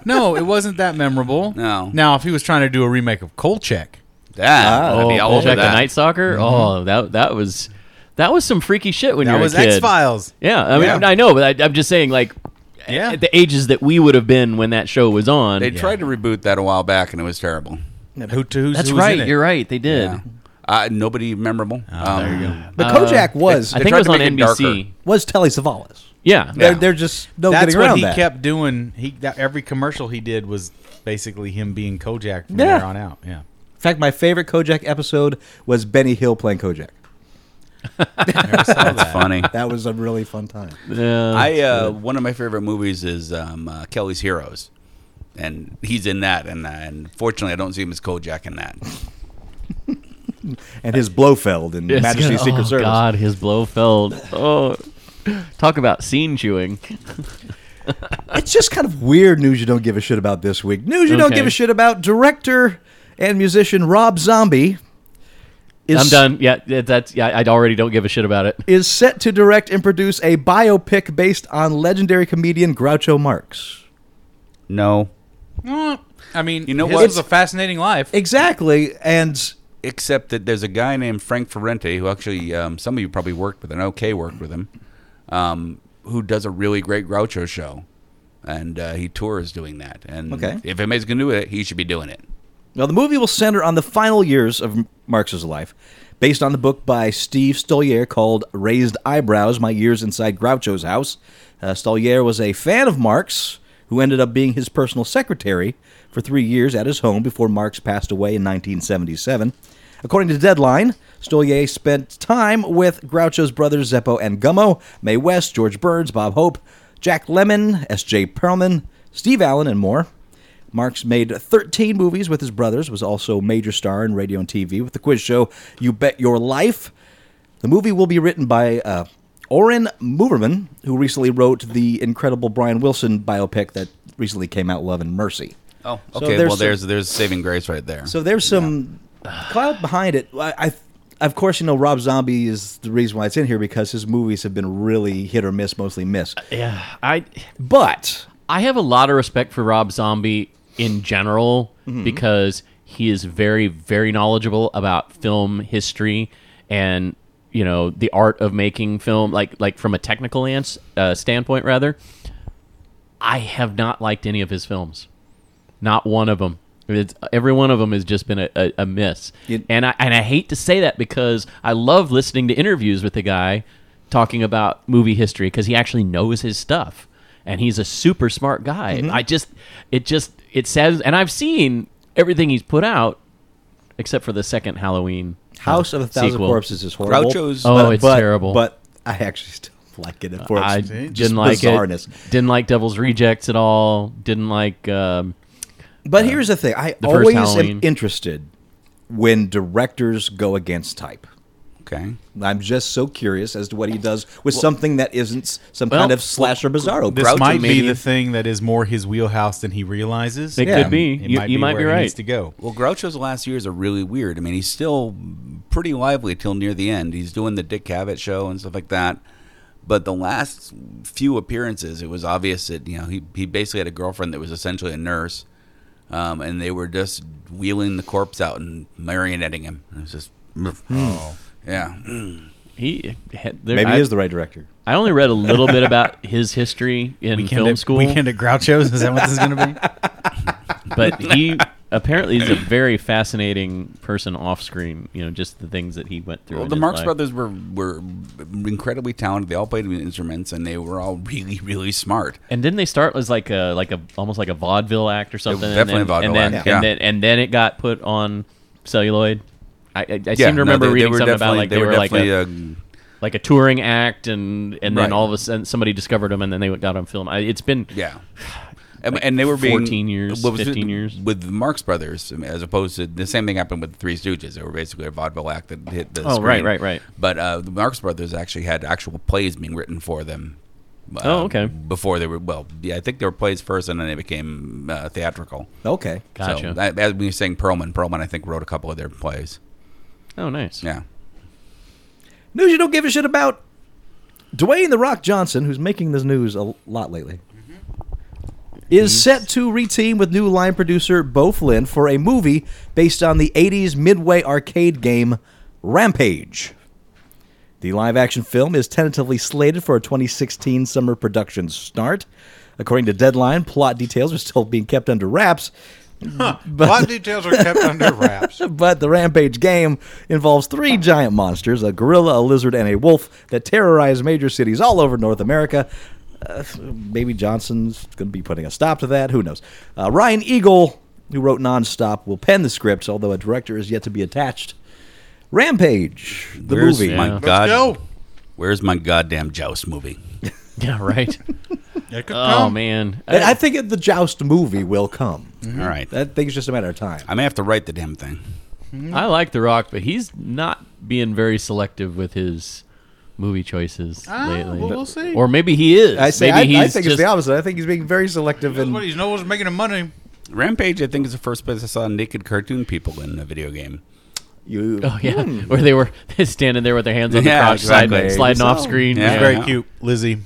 S3: No, it wasn't that memorable.
S5: No.
S3: Now, if he was trying to do a remake of Kolchak,
S5: That
S6: Ah.
S5: I'd
S4: Oh,
S5: be all
S4: Bojack
S5: over
S4: the
S5: that.
S4: Night Soccer. Oh, that that was that was some freaky shit when
S3: Mm-hmm. that
S4: you were
S3: was
S4: a kid.
S3: X Files.
S4: Yeah, I mean,
S3: Yeah.
S4: I know, but I, I'm just saying, like,
S3: Yeah.
S4: at the ages that we would have been when that show was on.
S5: They tried to reboot that a while back, and it was terrible.
S3: Who, who's,
S4: That's
S3: who was in
S4: right.
S3: it?
S4: You're right. They did.
S5: Yeah. Uh, nobody mememorable. um, there you go.
S6: But Kojak was
S4: I
S5: They
S4: think it
S5: tried
S4: was
S5: to
S4: on
S5: make it
S4: NBC.
S5: darker.
S6: was Telly Savalas.
S4: Yeah.
S6: They're,
S5: Yeah.
S6: they're just no
S3: That's
S6: getting
S3: what
S6: around
S3: he
S6: that.
S3: kept doing. He that every commercial he did was basically him being Kojak from
S6: Yeah.
S3: there on out. Yeah.
S6: In fact, my favorite Kojak episode was Benny Hill playing Kojak.
S5: That's funny.
S6: That was a really fun time. Oh,
S4: Yeah.
S5: I uh, one of my favorite movies is um, uh, Kelly's Heroes, and he's in that. And, uh, and fortunately, I don't see him as Kojak in that.
S6: And his Blofeld in
S4: It's gonna-
S6: Majesty's Secret
S4: oh,
S6: Service.
S4: God, his Blofeld. Oh, talk about scene chewing.
S6: It's just kind of weird news you don't give a shit about this week. News you don't
S4: Okay.
S6: give a shit about. Director and musician Rob Zombie is
S4: I'm done. Yeah, yeah, that's yeah. I already don't give a shit about it.
S6: is set to direct and produce a biopic based on legendary comedian Groucho Marx.
S5: No,
S3: Well, I mean,
S5: You know
S3: his
S5: what?
S3: was a fascinating life.
S6: Exactly, and
S5: except that there's a guy named Frank Ferrente who actually um, some of you probably worked with. an OK worked with him, um, who does a really great Groucho show, and uh, he tours doing that. And
S6: Okay.
S5: if anybody's gonna do it, he should be doing it.
S6: Now, the movie will center on the final years of M- Marx's life, based on the book by Steve Stollier called Raised Eyebrows My Years Inside Groucho's House. Uh, Stollier was a fan of Marx, who ended up being his personal secretary for three years at his home before Marx passed away in 1977. According to Deadline, Stollier spent time with Groucho's brothers Zeppo and Gummo, Mae West, George Burns, Bob Hope, Jack Lemmon, S.J. Perlman, Steve Allen, and more. Marx made 13 movies with his brothers, was also a major star in radio and TV with the quiz show You Bet Your Life. The movie will be written by uh, Oren Moverman, who recently wrote the incredible Brian Wilson biopic that recently came out, Love and Mercy.
S5: Oh,
S6: So
S5: okay.
S6: there's
S5: well,
S6: some-
S5: there's there's saving grace right there.
S6: So there's some cloud behind it. I, I, of course, you know Rob Zombie is the reason why it's in here because his movies have been really hit or miss, mostly miss.
S4: Yeah, I
S6: But
S4: I have a lot of respect for Rob Zombie in general because he is very, very knowledgeable about film history and you know the art of making film, like like from a technical ans- uh, standpoint rather. I have not liked any of his films, not one of them. It's, every one of them has just been a, a, a miss,
S6: You-
S4: and I and I hate to say that because I love listening to interviews with the guy talking about movie history because he actually knows his stuff and he's a super smart guy.
S6: Mm-hmm.
S4: I just it just it says, and I've seen everything he's put out except for the second Halloween uh,
S6: House of a Thousand
S4: sequel.
S6: Corpses is horrible.
S5: Groucho's-
S4: Oh, it's terrible.
S6: But I actually still like it for its
S4: I
S6: just
S4: didn't like
S6: bizarreness.
S4: it. Didn't like Devil's Rejects at all. Didn't like. Um,
S6: But here's the thing: I
S4: the first
S6: always am
S4: Halloween.
S6: interested when directors go against type.
S5: okay.
S6: I'm just so curious as to what he does with something that isn't some
S4: well,
S6: kind of slasher bizarro.
S3: This
S5: Groucho
S3: might be the
S5: Mania.
S3: thing that is more his wheelhouse than he realizes.
S4: It
S6: Yeah.
S4: could be.
S3: It
S4: you you might be
S3: where he
S4: right.
S3: needs to go.
S5: Well, Groucho's last years are really weird. I mean, he's still pretty lively till near the end. He's doing the Dick Cavett show and stuff like that. But the last few appearances, it was obvious that you know he he basically had a girlfriend that was essentially a nurse, um, and they were just wheeling the corpse out and marionetting him. It was just,
S4: Hmm. Oh.
S5: yeah.
S4: He had, there,
S6: Maybe
S4: I,
S6: he is the right director.
S4: I only read a little bit about his history in film
S3: at,
S4: school,
S3: Weekend at Groucho's. Is that what this is going to be?
S4: but he apparently is a very fascinating person off screen. You know, just the things that he went through.
S5: Well,
S4: in
S5: the
S4: his
S5: Marx
S4: life.
S5: Brothers were were incredibly talented. They all played instruments, and they were all really really smart.
S4: And didn't they start as like a like a almost like a vaudeville act or something? and
S5: definitely
S4: then-
S5: a vaudeville
S4: and then,
S5: act,
S4: And
S5: yeah.
S4: then and then it got put on celluloid. I, I, I
S5: Yeah,
S4: seem to
S5: no,
S4: remember
S5: they- they
S4: reading
S5: were
S4: something about
S5: definitely-
S4: like they, were, like
S5: definitely,
S4: a,
S5: uh,
S4: like a touring act, and and
S5: Right.
S4: then all of a sudden somebody discovered them, and then they got on film. I, it's been
S5: Yeah. And, and they were being
S4: 14 years,
S5: what was it-
S4: 15 years.
S5: with the Marx Brothers, as opposed to the same thing happened with the Three Stooges. They were basically a vaudeville act that hit the.
S4: Oh, right,
S5: screen.
S4: right, right.
S5: But uh, the Marx Brothers actually had actual plays being written for them. uh,
S4: Oh, okay.
S5: Before they were well, yeah, I think they were plays first, and then they became uh, theatrical.
S6: Okay.
S4: Gotcha.
S5: So, that, as we were saying, Perlman, Perlman, I think wrote a couple of their plays.
S4: oh, nice.
S5: Yeah.
S6: News you don't give a shit about. Dwayne The Rock Johnson, who's making this news a lot lately, is set to reteam with new line producer Bo Flynn for a movie based on the 80s Midway arcade game Rampage. The live action film is tentatively slated for a 2016 summer production start. According to Deadline, plot details are still being kept under wraps,
S3: But lot of details are kept under wraps.
S6: but the Rampage game involves three giant monsters a gorilla, a lizard, and a wolf that terrorize major cities all over North America. Uh, maybe Johnson's going to be putting a stop to that. Who knows? Uh, Ryan Eagle, who wrote Nonstop, will pen the script, although a director is yet to be attached. Rampage, the
S5: Where's
S6: movie.
S5: My
S4: Yeah.
S5: God,
S3: Let's go.
S5: Where's my goddamn Joust movie?
S4: Yeah, right.
S3: It could
S4: oh
S3: come.
S4: man,
S6: I I think the Joust movie will come.
S4: Mm-hmm.
S5: All right.
S6: I think it's just a matter of time.
S5: I may have to write the damn thing.
S3: Mm-hmm.
S4: I like The Rock, but he's not being very selective with his movie choices
S3: Ah,
S4: lately.
S3: well, we'll see.
S4: Or maybe he is.
S6: I say, I,
S4: maybe
S6: I
S4: he's
S6: think it's
S4: just-
S6: the opposite. I think he's being very selective.
S3: That's
S6: And
S3: what he's knows making him money.
S5: Rampage, I think, is the first place I saw naked cartoon people in a video game.
S6: you, hmm.
S4: Oh yeah, where they were standing there with their hands on the
S5: Yeah,
S4: crotch,
S5: exactly.
S4: sliding, sliding off
S6: So-
S4: screen.
S5: Yeah.
S3: She's very cute, Lizzie. The-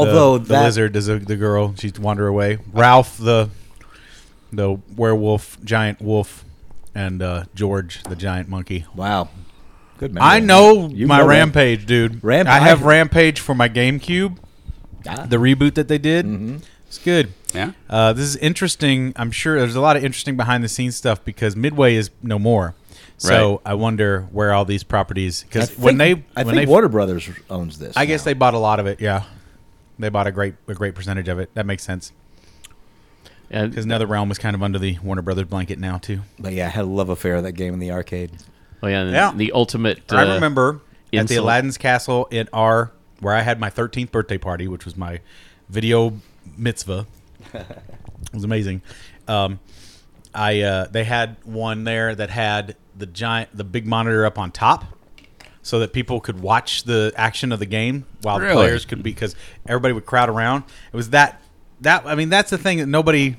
S6: although
S3: the,
S6: that
S3: lizard is a, the girl, she's wander away. Ralph the the werewolf, giant wolf, and uh, George the giant monkey.
S6: Wow. Good memory.
S3: I know
S6: You
S3: my
S6: know that.
S3: Rampage, dude.
S6: Ramp-
S3: I have
S6: I-
S3: Rampage for my GameCube. The reboot that they did,
S6: Mm-hmm.
S3: it's good.
S5: Yeah?
S3: Uh, this is interesting. I'm sure there's a lot of interesting behind the scenes stuff because Midway is no more. So
S5: Right.
S3: I wonder where all these properties
S6: I
S3: because when they
S6: think- I
S3: when
S6: think
S3: they
S6: Warner Brothers owns this.
S3: I guess
S6: now.
S3: they bought a lot of it. Yeah, they bought a great a great percentage of it. That makes sense
S4: And-
S3: because Nether Realm is kind of under the Warner Brothers blanket now too.
S6: But yeah, I had a love affair with that game in the arcade.
S4: oh yeah, and
S3: Yeah.
S4: the ultimate. Uh,
S3: I remember at the
S4: insult.
S3: Aladdin's Castle in R, where I had my 13th birthday party, which was my video mitzvah. it was amazing. Um, I uh, they had one there that had the giant, the big monitor up on top, so that people could watch the action of the game while the
S5: Really?
S3: players could be because everybody would crowd around. It was that that I mean that's the thing that nobody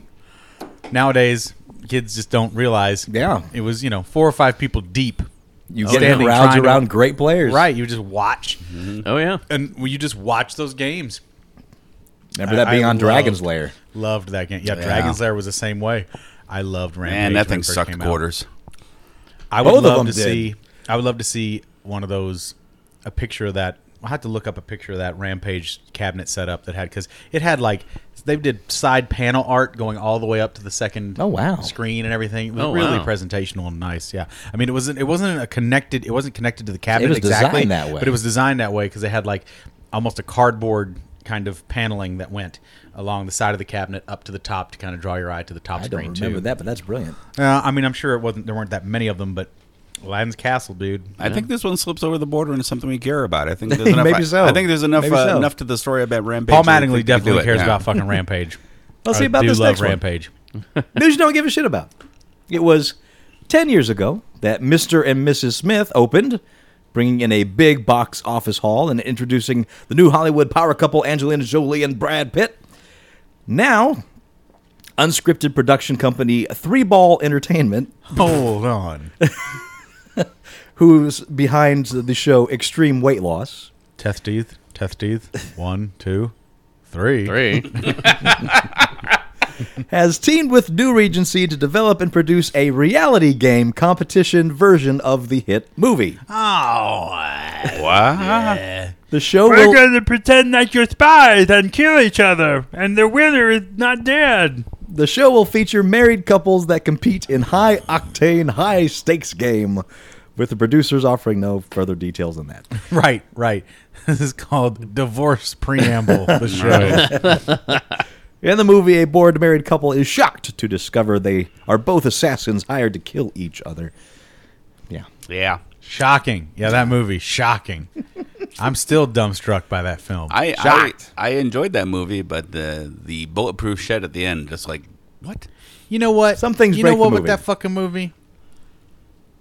S3: nowadays kids just don't realize.
S6: Yeah.
S3: it was you know four or five people deep.
S6: You
S3: Oh,
S6: get
S3: yeah.
S6: crowds
S3: Trying to-
S6: around great players.
S3: Right, you just watch,
S6: Mm-hmm.
S4: Oh yeah,
S3: and well, you just watch those games.
S6: Remember that
S3: I-
S6: being
S3: I
S6: on Dragon's
S3: loved-
S6: Lair.
S3: Loved that game. Yeah, Dragon's Lair was the same way. I loved Rampage.
S5: Man, that
S3: when
S5: thing
S3: it first
S5: sucked
S3: came out.
S5: quarters.
S3: I would
S6: Both of
S3: love
S6: them
S3: to
S6: did.
S3: see. I would love to see one of those, a picture of that. I will have to look up a picture of that Rampage cabinet setup that had because it had like they did side panel art going all the way up to the second.
S6: Oh, wow.
S3: Screen and everything. It was
S4: Oh,
S3: really
S4: wow.
S3: presentational and nice. Yeah, I mean it wasn't it wasn't a connected. It wasn't connected to the cabinet
S6: was
S3: exactly
S6: designed that way.
S3: but it was designed that way because they had like almost a cardboard kind of paneling that went along the side of the cabinet up to the top to kind of draw your eye to the top
S6: I
S3: screen
S6: don't
S3: too.
S6: remember that, but that's brilliant.
S3: Uh, I mean, I'm sure it wasn't. There weren't that many of them, but Aladdin's Castle, dude.
S5: I think this one slips over the border into something we care about. I think there's enough.
S6: Maybe
S5: I,
S6: so.
S5: I think there's enough
S6: Maybe
S5: uh,
S6: so.
S5: enough to the story about Rampage.
S3: Paul
S5: that I
S3: Mattingly
S5: think we could do
S3: definitely
S5: it,
S3: cares
S5: yeah.
S3: about fucking Rampage.
S6: Let's
S3: I
S6: see about
S3: do
S6: this
S3: love
S6: next one.
S3: Rampage.
S6: News you don't give a shit about. It was 10 years ago that Mr. and Mrs. Smith opened, bringing in a big box office haul and introducing the new Hollywood power couple Angelina Jolie and Brad Pitt. Now, unscripted production company Three Ball Entertainment,
S3: Hold on,
S6: who's behind the show Extreme Weight Loss,
S3: test teeth, test teeth. One, two, three.
S4: three.
S6: has teamed with New Regency to develop and produce a reality game competition version of the hit movie.
S3: Oh.
S5: Wow.
S6: The show
S1: We're
S6: will
S1: gonna pretend that you're spies and kill each other, and the winner is not dead.
S6: The show will feature married couples that compete in high octane, high stakes game, with the producers offering no further details than that.
S3: Right, right. This is called divorce preamble. The show.
S6: In the movie, a bored married couple is shocked to discover they are both assassins hired to kill each other. Yeah.
S5: Yeah.
S3: Shocking. Yeah, that movie. Shocking. I'm still dumbstruck by that film.
S5: I, I
S3: Shocked.
S5: I enjoyed that movie, but the the bulletproof shed at the end, just like what?
S3: You know what?
S6: Some things
S3: You know
S6: break the
S3: what with
S6: movie.
S3: that fucking movie?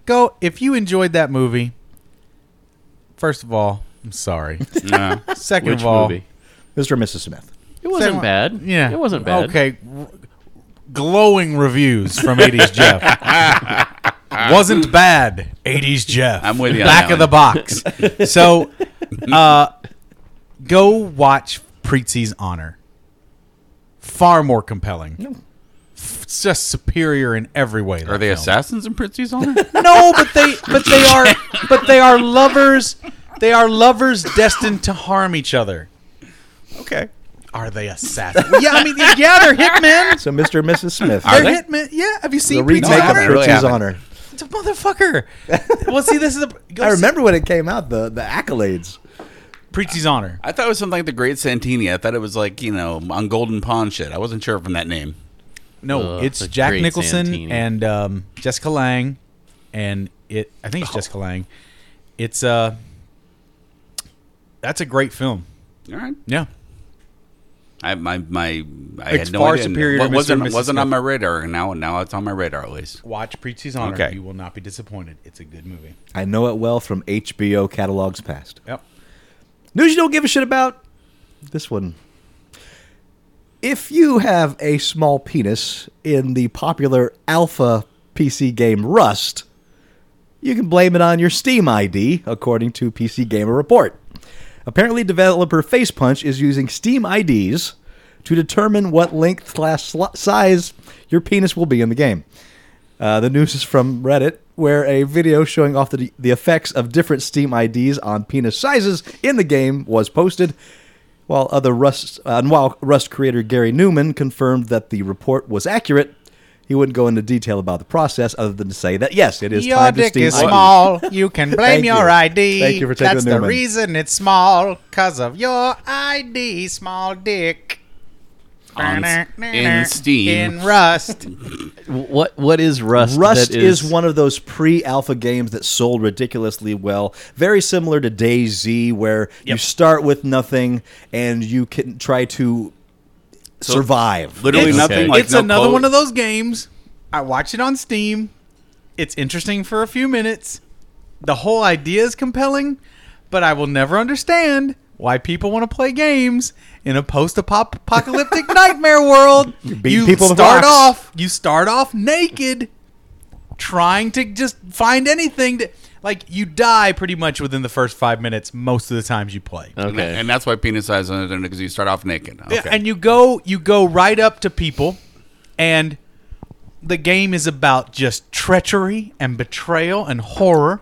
S3: Go if you enjoyed that movie. First of all, I'm sorry.
S5: No.
S3: Second
S4: Which
S3: of all,
S4: movie?
S6: Mr. and Mrs. Smith.
S4: It wasn't bad.
S3: Yeah,
S4: it wasn't bad.
S3: Okay, R- glowing reviews from '80s Jeff. wasn't bad. 80s Jeff.
S5: I'm with you on
S3: Back
S5: that
S3: of the
S5: one.
S3: box. So uh, go watch Preetzy's Honor. Far more compelling. F- just superior in every way.
S5: Are they
S3: assassins?
S5: assassins in Prince's Honor?
S3: No, but they but they are but they are lovers. They are lovers destined to harm each other.
S5: okay.
S3: Are they assassins? yeah, I mean, yeah, they're hitmen.
S6: So Mr. and Mrs. Smith.
S5: Are
S3: They're
S5: they?
S3: hitmen. Yeah, have you
S6: the
S3: seen Preetzy's
S6: remake of
S5: haven't, it
S3: Honor?
S5: really
S6: Prince's
S5: haven't.
S6: Honor.
S3: It's a motherfucker. well, see, this is a. go
S6: I
S3: see
S6: remember when it came out, the, the accolades.
S3: Preetzy's Honor.
S5: I thought it was something like the Great Santini. I thought it was like you know on Golden Pond shit. I wasn't sure from that name.
S3: No,
S4: Ugh,
S3: it's
S4: the
S3: Jack
S4: great
S3: Nicholson
S4: Santini.
S3: and um, Jessica Lang, and it. I think it's Jessica Lang. It's uh. That's a great film.
S5: All right.
S3: Yeah.
S5: I my my I
S3: It's
S5: had no
S3: far
S5: idea.
S3: superior to
S5: Wa-
S3: Mr.
S5: wasn't
S3: and Mrs.
S5: wasn't on
S3: Smith.
S5: my radar. and Now now it's on my radar at least.
S3: Watch Preetzy's Honor.
S5: Okay.
S3: You will not be disappointed. It's a good movie.
S6: I know it well from HBO catalogs past.
S3: Yep.
S6: News you don't give a shit about. This one. If you have a small penis in the popular alpha PC game Rust, you can blame it on your Steam ID, according to PC Gamer Report. Apparently, developer Facepunch is using Steam IDs to determine what length slash sl- size your penis will be in the game. Uh, the news is from Reddit, where a video showing off the, the effects of different Steam IDs on penis sizes in the game was posted. While other Rust, uh, and while Rust creator Gary Newman confirmed that the report was accurate, he wouldn't go into detail about the process other than to say that yes, it is
S3: Your
S6: time to
S3: dick
S6: Steam
S3: is
S6: ID.
S3: small. You can blame
S6: Thank
S3: your
S6: you.
S3: ID.
S6: Thank you for taking
S3: That's
S6: the
S3: the
S6: Newman.
S3: reason it's small, cause of your ID, small dick.
S5: On s- in Steam.
S3: In Rust.
S4: What what is Rust?
S6: Rust
S4: that
S6: is, one of those pre-alpha games that sold ridiculously well. Very similar to DayZ, where you start with nothing and you can try to survive.
S5: Literally
S4: It's-
S5: nothing.
S4: okay.
S5: Like
S3: it's
S5: no
S3: another
S5: code.
S3: one of those games. I watch it on Steam. It's interesting for a few minutes. The whole idea is compelling, but I will never understand why people want to play games in a post-apocalyptic nightmare world. You,
S6: beat people with
S3: start
S6: rocks.
S3: off. You start off naked, trying to just find anything to like. You die pretty much within the first five minutes most of the times you play.
S5: And,
S4: Okay.
S5: and that's why penis size on it because you start off naked. Okay.
S3: Yeah, and you go you go right up to people and the game is about just treachery and betrayal and horror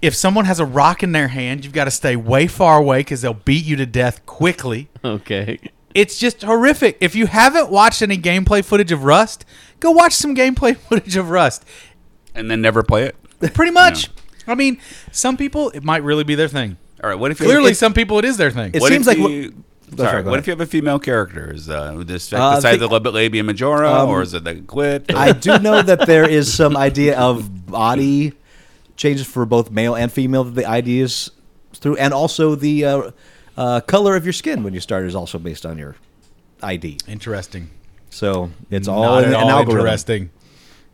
S3: if someone has a rock in their hand you've got to stay way far away because they'll beat you to death quickly
S4: okay.
S3: it's just horrific if you haven't watched any gameplay footage of rust go watch some gameplay footage of rust
S5: And then never play it.
S3: pretty much i mean some people it might really be their thing
S5: All right. What if you-
S3: clearly
S5: It,
S3: some people it is their thing
S6: It
S5: what
S6: seems
S5: if
S6: like what-
S5: you-
S3: Oh,
S6: Go
S5: Sorry,
S6: ahead.
S5: what if you have a female character? Is uh, would this affect
S6: Uh,
S5: the size
S6: the-
S5: of the labia majora,
S6: Um,
S5: or is it the clit?
S6: I do know that there is some idea of body changes for both male and female that the ID is through, and also the uh, uh, color of your skin when you start is also based on your ID.
S3: interesting
S6: So it's
S3: Not
S6: all
S3: at
S6: in an
S3: all
S6: algorithm.
S3: interesting.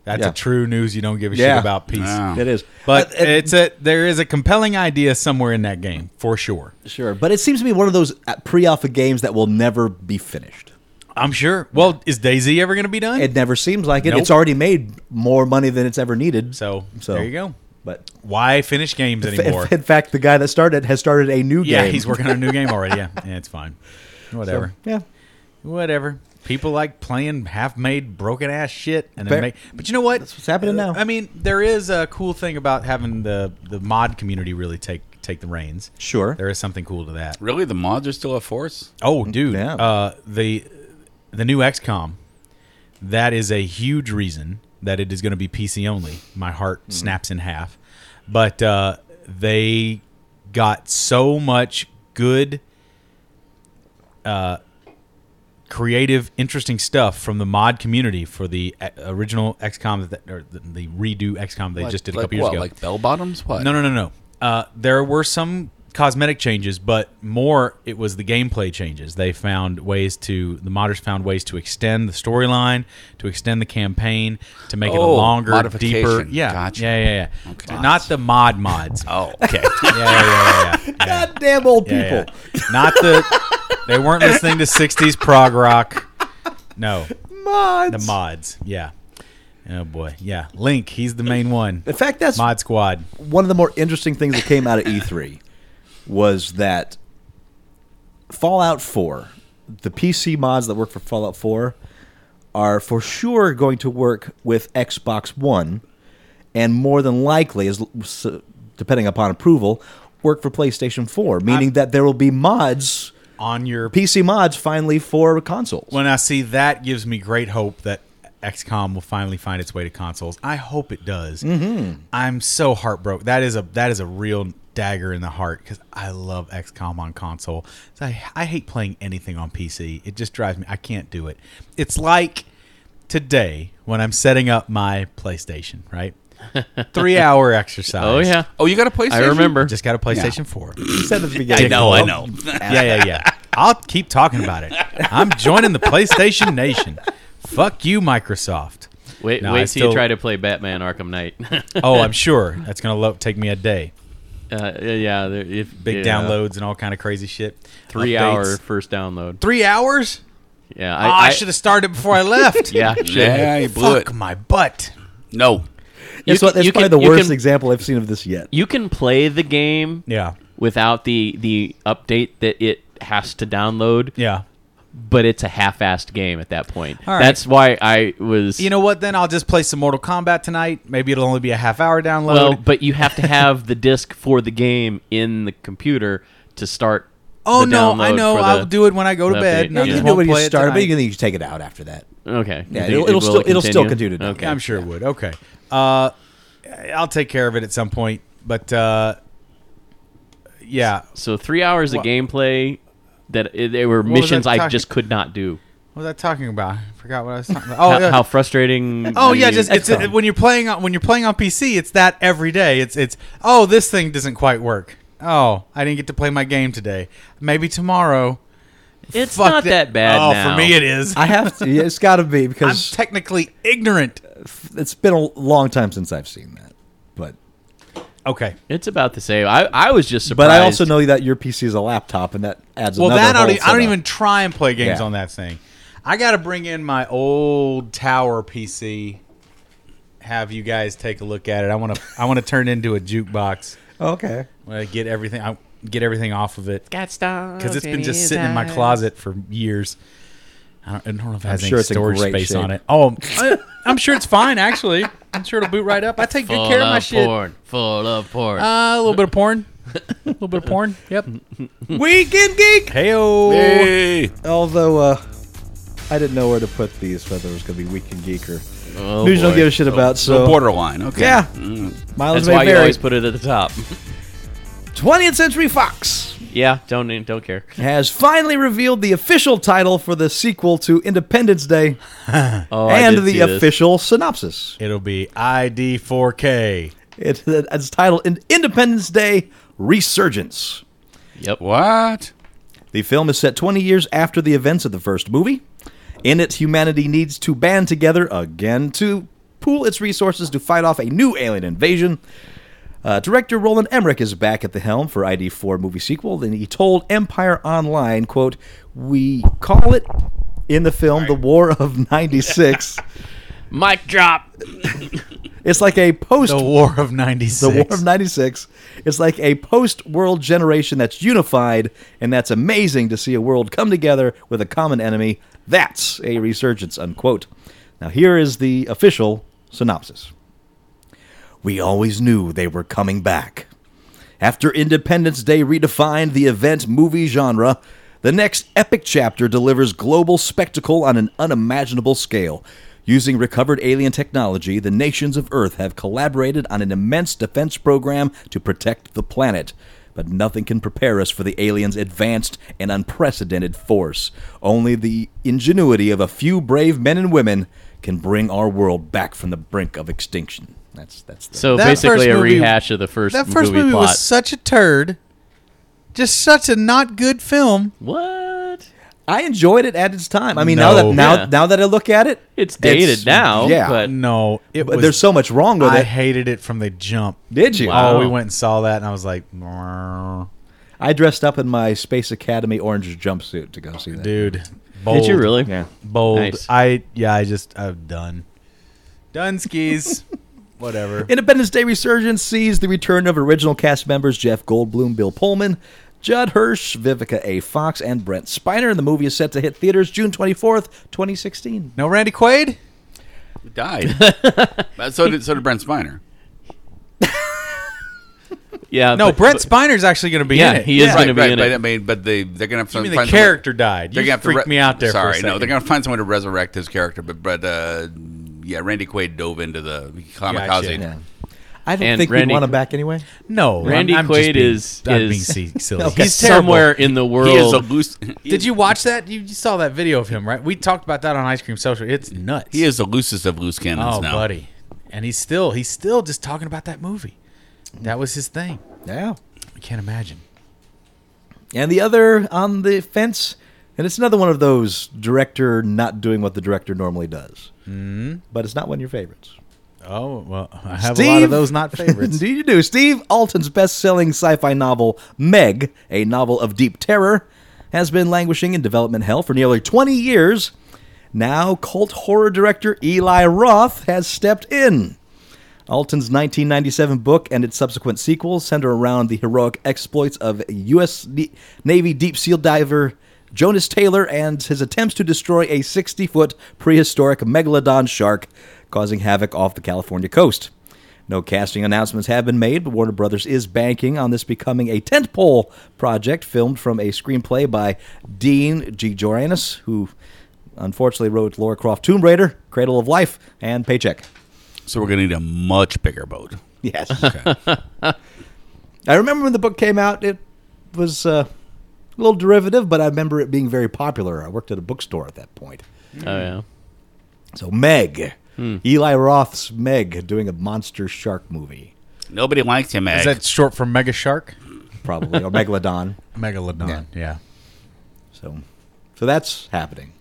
S3: That's
S6: Yeah.
S3: a true news you don't give a
S6: Yeah.
S3: shit about piece.
S5: Yeah.
S6: It is,
S3: But
S6: Uh, it-
S3: it's a there is a compelling idea somewhere in that game for sure.
S6: Sure, but it seems to be one of those uh, pre-alpha games that will never be finished.
S3: I'm sure. Well, is Daisy ever going to be done?
S6: It never seems like it.
S3: Nope.
S6: It's already made more money than it's ever needed.
S3: so, there you go.
S6: But
S3: Why finish games
S6: in-
S3: anymore?
S6: in fact, the guy that started has started a new
S3: yeah,
S6: game.
S3: he's working on a new game already. Yeah, yeah it's fine. Whatever.
S6: Yeah,
S3: Whatever. People like playing half-made, broken-ass shit, and
S6: Fair.
S3: then make. But you know what?
S6: That's what's happening now.
S3: I mean, there is a cool thing about having the the mod community really take take the reins.
S6: sure.
S3: There is something cool to that.
S5: really, the mods are still a force.
S3: Oh, dude,
S6: yeah.
S3: uh, the the new XCOM that is a huge reason that it is going to be PC only. My heart
S5: Mm-hmm.
S3: snaps in half, but uh, they got so much good, uh, creative, interesting stuff from the mod community for the uh, original XCOM that or the, the redo XCOM they
S5: Like-
S3: just did a
S5: like
S3: couple years
S5: what,
S3: ago.
S5: Like bell bottoms? What?
S3: No, no, no, no. Uh, there were some cosmetic changes, but more it was the gameplay changes. They found ways to the modders found ways to extend the storyline, to extend the campaign, to make it a
S5: Oh,
S3: longer,
S5: modification.
S3: deeper. Yeah,
S5: Gotcha.
S3: yeah, yeah, yeah.
S5: Okay.
S3: Not the mod mods.
S5: Oh, okay.
S3: Yeah, yeah, yeah, yeah, yeah.
S6: God damn old people.
S3: Yeah, yeah. Not the they weren't listening to '60s prog rock. No,
S6: Mods.
S3: the mods. Yeah. Oh boy, yeah. Link, he's the main one.
S6: In fact, that's
S3: Mod Squad.
S6: one of the more interesting things that came out of E3 was that Fallout 4, the PC mods that work for Fallout 4, are for sure going to work with Xbox One, and more than likely, as s- depending upon approval, work for PlayStation 4. Meaning that there will be mods,
S3: On your
S6: PC mods, finally for consoles.
S3: When I see that, gives me great hope that XCOM will finally find its way to consoles. I hope it does. Mm-hmm. I'm so heartbroken. That is a that is a real dagger in the heart because I love XCOM on console. So I, I hate playing anything on PC. It just drives me. I can't do it. It's like today when I'm setting up my PlayStation. Right, three hour exercise.
S4: Oh yeah,
S5: Oh, you got a PlayStation?
S4: I remember.
S3: I just got a PlayStation Four. You said at the
S5: I
S3: beginning.
S5: know, I know.
S3: yeah, yeah, yeah. I'll keep talking about it. I'm joining the PlayStation Nation. Fuck you, Microsoft.
S4: wait,
S3: No, I
S4: wait till
S3: still-
S4: you try to play Batman Arkham Knight. uh,
S3: Oh, I'm sure that's gonna lo- take me a day.
S4: yeah, there, if,
S3: Big
S4: yeah,
S3: downloads and all kind of crazy shit.
S4: three
S3: Updates.
S4: hour first download.
S3: Three hours?
S4: Yeah,
S3: Oh, I, should have started before I left.
S4: Yeah,
S5: Yeah, you blew
S3: Fuck
S5: it.
S3: my butt.
S5: No.
S6: That's,
S4: you
S6: what,
S4: can-
S6: that's
S4: you
S6: probably
S4: can-
S6: the
S4: you
S6: worst
S4: can-
S6: example I've seen of this yet.
S4: you can play the game
S3: Yeah,
S4: without the the update that it has to download.
S3: yeah.
S4: but it's a half-assed game at that point.
S3: All right.
S4: That's why I was.
S3: You know what? Then I'll just play some Mortal Kombat tonight. Maybe it'll only be a half hour download.
S4: well, but you have to have the disc for the game in the computer to start.
S3: oh
S4: the
S3: no, I
S4: download know. for the-
S3: I'll do it when I go to
S4: the
S3: bed.
S4: update,
S3: and I
S4: yeah.
S6: You
S3: just
S6: can do it
S3: won't
S6: when you
S3: play it
S6: start, but
S3: tonight.
S6: you can you take it out after that.
S4: Okay.
S6: Yeah,
S4: You
S6: it'll-
S4: think
S6: it'll
S4: will
S6: still- it'll still continue to
S4: Okay.
S3: I'm sure it would. Okay. Uh, I'll take care of it at some point. But uh, yeah, what
S4: So three hours
S3: Wha-
S4: of gameplay that i there were
S3: was I
S4: missions I
S3: talking-
S4: just could not do.
S3: was I talking about? I forgot what I was talking about. Oh,
S4: how,
S3: yeah.
S4: how frustrating!
S3: Oh
S4: the-
S3: yeah, just it's
S6: XCOM.
S3: when you're playing on when you're playing on PC, it's that every day. It's it's oh this thing doesn't quite work. Oh, I didn't get to play my game today. Maybe tomorrow.
S4: it's
S3: Fuck
S4: not
S3: thi-
S4: that bad.
S3: Oh,
S4: now.
S3: for me it is.
S6: I have to. yeah, It's got to be
S3: I'm
S6: because
S3: technically ignorant.
S6: it's been a long time since I've seen that. But
S3: Okay.
S4: it's about the same. I, I was just surprised.
S6: but I also know that your PC is a laptop, and that adds.
S3: Well,
S6: another
S3: that I
S6: whole
S4: e-,
S3: don't, I don't
S6: setup.
S3: even try and play games
S6: Yeah.
S3: on that thing. I got to bring in my old tower PC. Have you guys take a look at it? I want to. I want to turn it into a jukebox.
S6: Okay.
S3: I get everything. I get everything off of it
S4: got stuff
S3: because it's been just sitting in my closet for years. I don't, I don't know if it has
S6: sure
S3: any
S6: it's in
S3: storage
S6: great
S3: space
S6: shape.
S3: on it. Oh, I, I'm sure it's fine. Actually, I'm sure it'll boot right up. I take good care of my shit.
S4: porn. Full of porn.
S3: Uh, a little bit of porn. A little bit of porn. Yep. Weekend geek. Heyo.
S5: Hey.
S6: Although uh, I didn't know where to put these, whether it was going to be Weekend Geek or
S4: Oh,
S6: news. you Don't
S4: boy.
S6: give a shit about. So
S3: Oh.
S5: So borderline. Okay.
S6: Yeah.
S5: Mm.
S6: mileage
S4: That's
S6: may
S4: why you
S6: vary.
S4: always put it at the top.
S6: 20th Century Fox
S4: yeah, don't don't care.
S6: has finally revealed the official title for the sequel to Independence Day
S4: Oh, I
S6: and
S4: did see
S6: the
S4: this.
S6: official synopsis.
S3: It'll be ID4K.
S6: It, it's titled In- Independence Day Resurgence.
S4: Yep.
S5: What?
S6: The film is set 20 years after the events of the first movie. In it, humanity needs to band together again to pool its resources to fight off a new alien invasion. Uh, director Roland Emmerich is back at the helm for ID4 movie sequel, and he told Empire Online, "quote We call it in the film the War of '96.
S4: Mic drop.
S6: it's like a post
S3: The War of 96.
S6: The War of 96 is like a post world generation that's unified, and that's amazing to see a world come together with a common enemy. That's a resurgence, unquote. Now, here is the official synopsis We always knew they were coming back. After Independence Day redefined the event movie genre, the next epic chapter delivers global spectacle on an unimaginable scale. Using recovered alien technology, the nations of Earth have collaborated on an immense defense program to protect the planet. But nothing can prepare us for the aliens' advanced and unprecedented force. Only the ingenuity of a few brave men and women can bring our world back from the brink of extinction. That's that's the
S4: So
S3: That first
S4: basically a
S3: movie-
S4: rehash of the first
S3: that first
S4: movie,
S3: movie
S4: plot.
S3: was such a turd. Just such a not good film.
S4: what?
S6: I enjoyed it at its time. I mean,
S3: No.
S6: now that now
S4: Yeah.
S6: now that I look at it,
S4: It's dated now.
S6: yeah.
S4: But
S3: No, it
S6: but
S3: was.
S6: there's so much wrong with
S3: I
S6: it.
S3: hated it from the jump.
S6: Did you?
S4: Wow.
S3: Oh, we went and saw that, and I was like, "Mrrr."
S6: I dressed up in my Space Academy orange jumpsuit to go see that.
S3: dude, bold.
S4: did you really?
S6: Yeah.
S3: Bold.
S4: Nice.
S3: I yeah. I just I'm done. Dunskies. Whatever.
S6: Independence Day Resurgence sees the return of original cast members Jeff Goldblum, Bill Pullman, Judd Hirsch, Vivica A. Fox, and Brent Spiner. And the movie is set to hit theaters June 24th, 2016.
S3: No Randy Quaid?
S5: He died. But so did so did Brent Spiner.
S4: Yeah.
S3: No,
S4: but-
S3: Brent
S4: but-
S3: Spiner's actually going to be in
S4: Yeah,
S3: it.
S4: he is going to be in
S5: but,
S4: it.
S5: I mean, but they they're gonna have to
S3: I mean, the
S5: find someone-
S3: character died.
S5: They're
S3: You
S5: gonna have to
S3: freaked
S5: re-
S3: me out there.
S5: Sorry,
S3: for a
S5: no, they're
S3: second.
S5: gonna find someone to resurrect his character. But but uh, yeah, Randy Quaid dove into the kamikaze.
S3: Gotcha.
S6: Yeah. I don't
S4: And
S6: think we
S4: Randy-
S6: want him back anyway.
S3: No,
S4: Randy
S3: I'm, I'm just
S4: Quaid
S3: being-
S4: is-
S3: I'm
S4: is-
S3: being si- silly.
S6: Okay.
S3: He's terrible.
S4: somewhere in the world.
S5: He is a loose. he
S3: Did
S5: is-
S3: you watch that? You, you saw that video of him, right? We talked about that on Ice Cream Social. It's nuts.
S5: He is the loosest of loose cannons
S3: Oh,
S5: now.
S3: buddy, and he's still he's still just talking about that movie. That was his thing.
S6: Yeah.
S3: I can't imagine.
S6: And the other on the fence, and it's another one of those director not doing what the director normally does. Mm. But it's not one of your favorites.
S3: Oh well, I Mm-hmm. have a lot of those not favorites.
S6: Indeed, you do. Steve Alton's best selling sci fi novel, Meg, a novel of deep terror, has been languishing in development hell for nearly 20 years. Now, cult horror director Eli Roth has stepped in. Alton's 1997 book and its subsequent sequels center around the heroic exploits of U.S. Ne- Navy deep seal diver Jonas Taylor and his attempts to destroy a 60 foot prehistoric megalodon shark, causing havoc off the California coast. No casting announcements have been made, but Warner Brothers is banking on this becoming a tentpole project filmed from a screenplay by Dean G. Joranis, who unfortunately wrote Laura Croft Tomb Raider, Cradle of Life, and Paycheck.
S5: So we're gonna need a much bigger boat.
S6: Yes. I remember when the book came out, it was uh, a little derivative, but I remember it being very popular. I worked at a bookstore at that point.
S4: Oh yeah.
S6: So Meg, Eli Roth's Meg, doing a monster shark movie,
S5: Nobody likes him. Meg.
S3: Is that short for Mega Shark?
S6: probably or megalodon.
S3: Megalodon. yeah.
S6: So, so that's happening.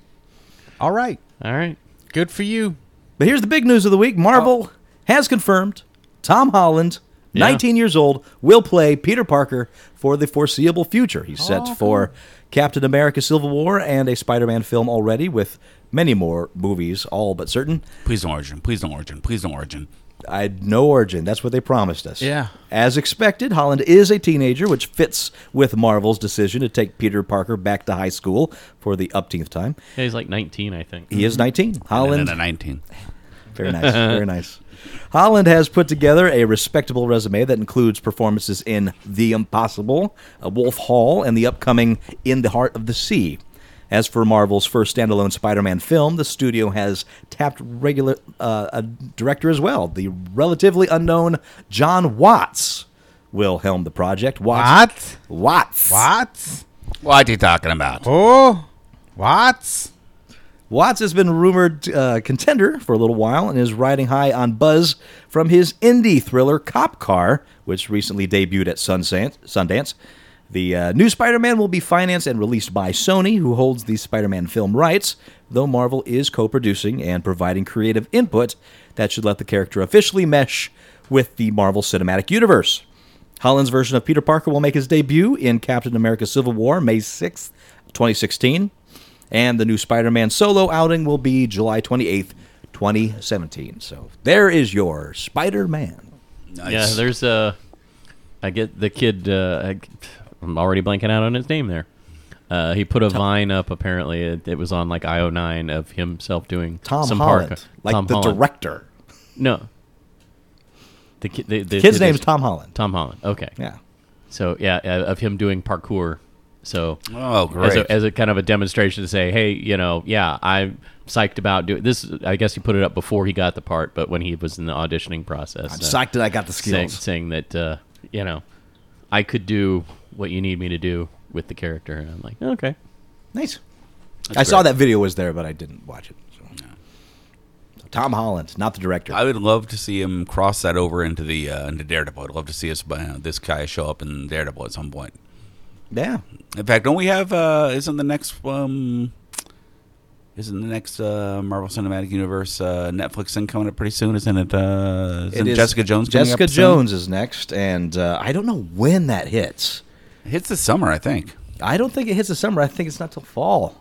S3: All right.
S4: All right.
S3: Good for you.
S6: But here's the big news of the week: Marvel has confirmed Tom Holland, 19 years old, will play Peter Parker for the foreseeable future. He's set for Captain America: Civil War and a Spider-Man film already, with many more movies, all but certain.
S5: please no origin. Please no origin. Please no origin.
S6: I no origin. That's what they promised us.
S3: Yeah.
S6: As expected, Holland is a teenager, which fits with Marvel's decision to take Peter Parker back to high school for the upteenth time.
S4: Yeah, he's like 19, I think.
S6: He is 19.
S5: And
S6: Holland
S5: then a nineteen.
S6: Very nice. Very nice. Holland has put together a respectable resume that includes performances in The Impossible, uh, Wolf Hall, and the upcoming In the Heart of the Sea. As for Marvel's first standalone Spider Man film, the studio has tapped regular uh, a director as well. The relatively unknown John Watts will helm the project. Watts.
S3: What?
S6: Watts.
S3: What?
S5: What are you talking about?
S3: Oh, what?
S6: Watts has been rumored uh, contender for a little while and is riding high on buzz from his indie thriller Cop Car, which recently debuted at Sunsan- Sundance. The uh, new Spider Man will be financed and released by Sony, who holds the Spider Man film rights, though Marvel is co producing and providing creative input that should let the character officially mesh with the Marvel Cinematic Universe. Holland's version of Peter Parker will make his debut in Captain America Civil War, May 6th, 2016. And the new Spider Man solo outing will be July 28th, 2017. So there is your Spider Man.
S5: Nice.
S4: Yeah, there's Uh, I get the kid. Uh, I, I'm already blanking out on his name there. Uh, he put a vine up. Apparently, it, it was on like IO9 of himself doing
S6: Tom
S4: some
S6: Holland,
S4: parka.
S6: like
S4: Tom
S6: the
S4: Holland.
S6: director.
S4: No, the kid. The, the,
S6: His
S4: the-
S6: name's Tom Holland.
S4: Tom Holland. Okay.
S6: Yeah.
S4: So yeah, uh, of him doing parkour. So
S5: Oh,
S4: as
S5: great.
S4: a, as a kind of a demonstration to say, hey, you know, yeah, I'm psyched about doing this. I guess he put it up before he got the part, but when he was in the auditioning process,
S6: I'm
S4: uh,
S6: psyched that I got the
S4: saying,
S6: skills.
S4: saying that uh, you know I could do what you need me to do with the character, and I'm like, okay,
S6: Nice. I saw that video was there, but I didn't watch it. So. Tom Holland, not the director.
S5: I would love to see him cross that over into the uh, into Daredevil. I'd love to see us, uh, this guy show up in Daredevil at some point.
S6: yeah.
S5: In fact, don't we have? Uh, isn't the next um, isn't the next uh, Marvel Cinematic Universe uh, Netflix thing coming up pretty soon? Isn't it? Uh, isn't
S6: It is-
S5: Jessica Jones? coming
S6: Jessica
S5: up soon?
S6: Jones is next, and uh, I don't know when that hits.
S5: It hits this summer, I think.
S6: I don't think it hits the summer. I think it's not till fall.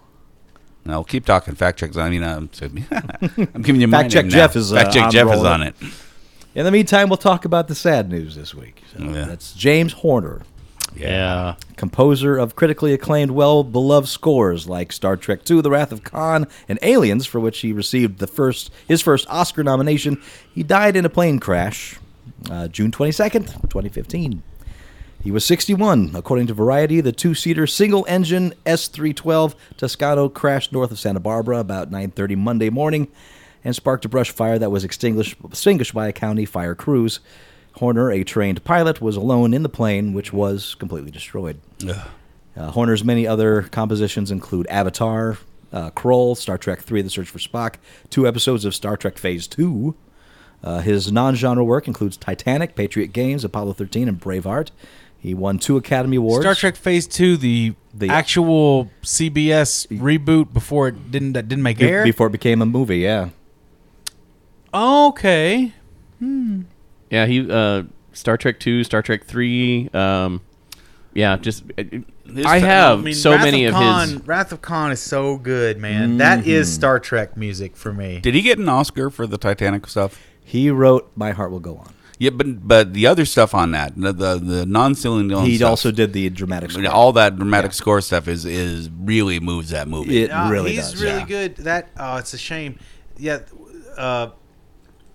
S5: And I'll keep talking. Fact checks. I mean, um, so- I'm giving you my
S6: Fact check
S5: name
S6: Jeff
S5: now.
S6: is, uh,
S5: fact check
S6: on
S5: Jeff
S6: roll
S5: is
S6: it.
S5: on it.
S6: In the meantime, we'll talk about the sad news this week. So
S5: Yeah.
S6: That's James Horner,
S4: Yeah.
S6: composer of critically acclaimed, well beloved scores like Star Trek II, The Wrath of Khan, and Aliens, for which he received the first his first Oscar nomination. He died in a plane crash, uh, June twenty second, twenty fifteen. He was 61. According to Variety, the two-seater single-engine S312 Toscano crashed north of Santa Barbara about 9:30 Monday morning and sparked a brush fire that was extinguished, extinguished by a county fire crews. Horner, a trained pilot, was alone in the plane, which was completely destroyed. Uh, Horner's many other compositions include Avatar, uh, Kroll, Star Trek III: The Search for Spock, two episodes of Star Trek Phase Two. Uh, his non-genre work includes Titanic, Patriot Games, Apollo 13, and Braveheart. He won two Academy Awards.
S3: Star Trek Phase Two, the
S6: The-
S3: actual CBS reboot before it didn't that didn't make
S6: be-
S3: air.
S6: before it became a movie. Yeah,
S3: Okay,
S4: Yeah, he uh Star Trek 2, Star Trek 3, um yeah, just uh, I have so
S3: Wrath
S4: many of
S3: Khan,
S4: his
S3: Wrath of Khan is so good, man. That is Star Trek music for me.
S5: Did he get an Oscar for the Titanic stuff?
S6: he wrote "My Heart Will Go On."
S5: Yeah, but but the other stuff on that, the the, the non-Celine Dion
S6: He
S5: stuff,
S6: also did the dramatic score.
S5: all that dramatic score stuff is is really moves that movie.
S6: it
S3: Ah,
S6: really
S3: he's
S6: does.
S3: really
S5: yeah.
S3: good. That oh, it's a shame. Yeah, uh,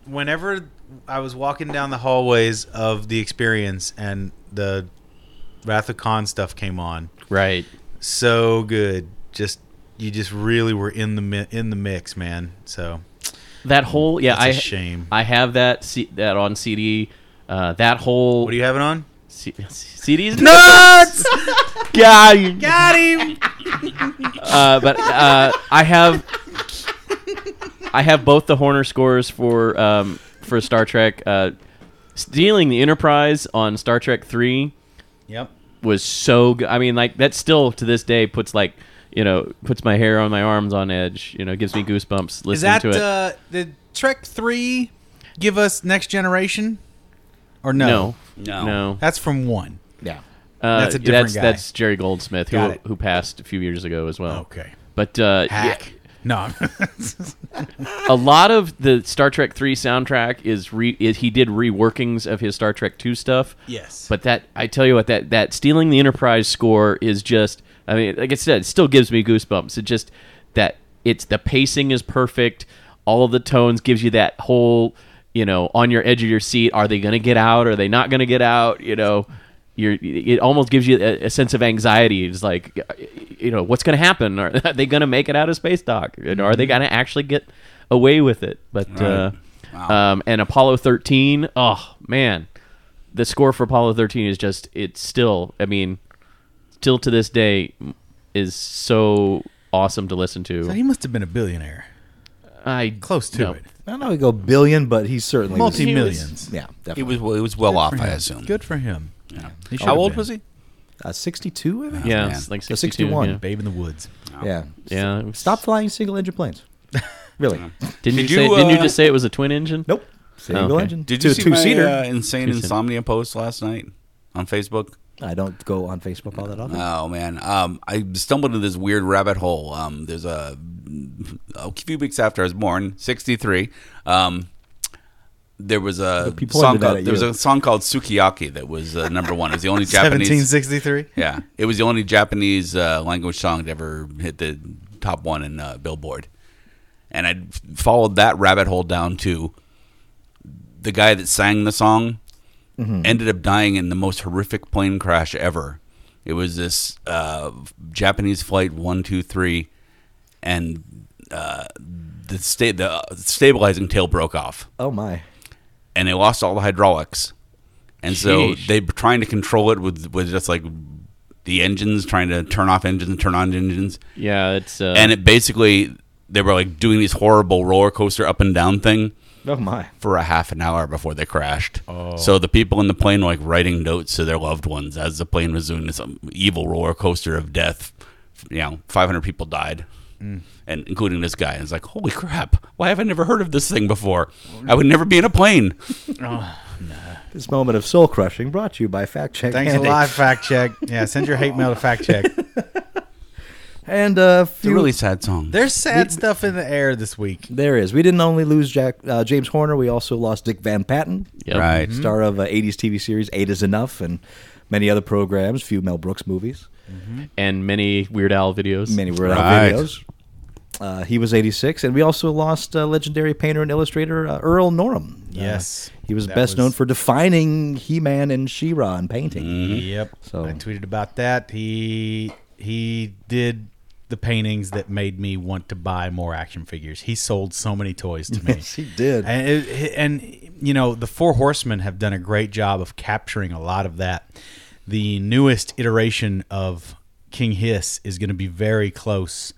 S3: whenever I was walking down the hallways of the experience and the Wrath of Khan stuff came on,
S4: right.
S3: so good. Just you just really were in the mi- in the mix, man. So
S4: That whole yeah,
S3: That's a
S4: I-
S3: shame.
S4: I have that C- that on CD. Uh, that whole
S3: what do you have it on?
S4: C- CDs
S3: Nuts!
S4: Yeah, you-
S3: Got him.
S4: uh, but uh, I have I have both the Horner scores for um, for Star Trek. Uh, stealing the Enterprise on Star Trek Three
S3: Yep.
S4: was so good. I mean, like that still to this day puts like you know puts my hair on my arms on edge. You know, gives me goosebumps listening
S3: Is that
S4: to it.
S3: uh, did Trek Three give us Next Generation? Or no?
S4: no,
S5: No.
S4: no.
S3: That's from one.
S6: yeah.
S4: Uh,
S3: That's a different
S4: that's,
S3: guy.
S4: that's Jerry Goldsmith,
S3: Got
S4: who
S3: it.
S4: who passed a few years ago as well.
S3: Okay.
S4: But uh, yeah,
S3: Hack. No.
S4: a lot of the Star Trek Three soundtrack is re is, he did reworkings of his Star Trek Two stuff.
S3: Yes.
S4: But that I tell you what that that stealing the Enterprise score is just I mean like I said it still gives me goosebumps. It just that it's the pacing is perfect. All of the tones gives you that whole you know on your edge of your seat. Are they going to get out? Are they not going to get out? You know. You're, it almost gives you a, a sense of anxiety. It's like, you know, what's going to happen? Are, they going to make it out of space dock? You know, are they going to actually get away with it? But uh, um, and Apollo 13, oh man, the score for Apollo 13 is just it's still I mean still to this day is so awesome to listen to.
S3: So he must have been a billionaire.
S4: I
S3: Close to
S4: no.
S3: it.
S6: I don't know. He go billion, but he certainly was-
S3: Multi millions.
S6: Yeah,
S5: He
S6: definitely.
S5: was well, he was well off, I assume.
S3: Good for him. He should
S5: How
S3: have
S5: old
S3: been.
S5: was he?
S6: uh, Sixty-two. I think?
S4: Yeah,
S5: man.
S4: it's like
S6: So
S4: 62,
S6: 61.
S4: Yeah.
S3: Babe in the woods.
S6: Yeah.
S4: yeah it was-
S6: Stop flying single-engine planes. really?
S4: Didn't you,
S5: Did
S4: say
S5: you,
S4: didn't you
S5: uh,
S4: just say it was a twin engine?
S6: Nope. Single engine.
S5: Did you
S6: To-
S5: see
S6: two-seater.
S5: my uh, insane
S4: Two-seater.
S5: insomnia post last night on Facebook?
S6: I don't go on Facebook all that often.
S5: Oh man, um, I stumbled into this weird rabbit hole. Um, there's a, a few weeks after I was born, '63. Um, there was a
S6: people
S5: song
S6: pointed that
S5: called
S6: at
S5: there was
S6: you.
S5: a song called Sukiyaki that was uh, number one. It was the only Japanese.
S3: 1763.
S5: Yeah, it was the only Japanese uh, language song to ever hit the top one in uh, Billboard, and I followed that rabbit hole down to the guy that sang the song ended up dying in the most horrific plane crash ever. It was this uh, Japanese flight one two three, and uh, the sta- the uh, stabilizing tail broke off
S6: Oh my.
S5: and they lost all the hydraulics, and so
S4: Sheesh.
S5: they were trying to control it with with just like the engines, trying to turn off engines and turn on engines,
S4: Yeah, it's uh,
S5: and it basically they were like doing these horrible roller coaster up and down thing
S6: Oh my.
S5: for a half an hour before they crashed.
S4: Oh.
S5: So the people in the plane were like writing notes to their loved ones as the plane was doing this um, evil roller coaster of death. You know, 500 people died.
S4: Mm.
S5: And including this guy, and it's like, holy crap! Why have I never heard of this thing before? I would never be in a plane.
S6: This moment of soul crushing brought to you by Fact Check.
S3: Thanks a
S6: Andy.
S3: lot, fact check. Yeah, send your hate mail to fact check.
S6: and a
S5: It's a
S6: few.
S5: really sad song.
S3: There's sad stuff in the air this week.
S6: there is. We didn't only lose Jack uh, James Horner. We also lost Dick Van Patten,
S4: Yep.
S5: Right.
S6: star of uh, '80s TV series Eight Is Enough and many other programs, few Mel Brooks movies,
S4: And many Weird Al videos.
S6: many Weird Al
S5: Right.
S6: videos. Uh, he was 86, and we also lost uh, legendary painter and illustrator uh, Earl Norum. Uh,
S3: Yes.
S6: he was
S3: That
S6: best
S3: was-
S6: known for defining He-Man and She-Ra in painting.
S3: Yep.
S6: So-
S3: I tweeted about that. He he did the paintings that made me want to buy more action figures. He sold so many toys to me.
S6: Yes, he did.
S3: And, it- and you know, the Four Horsemen have done a great job of capturing a lot of that. The newest iteration of King Hiss is going to be very close.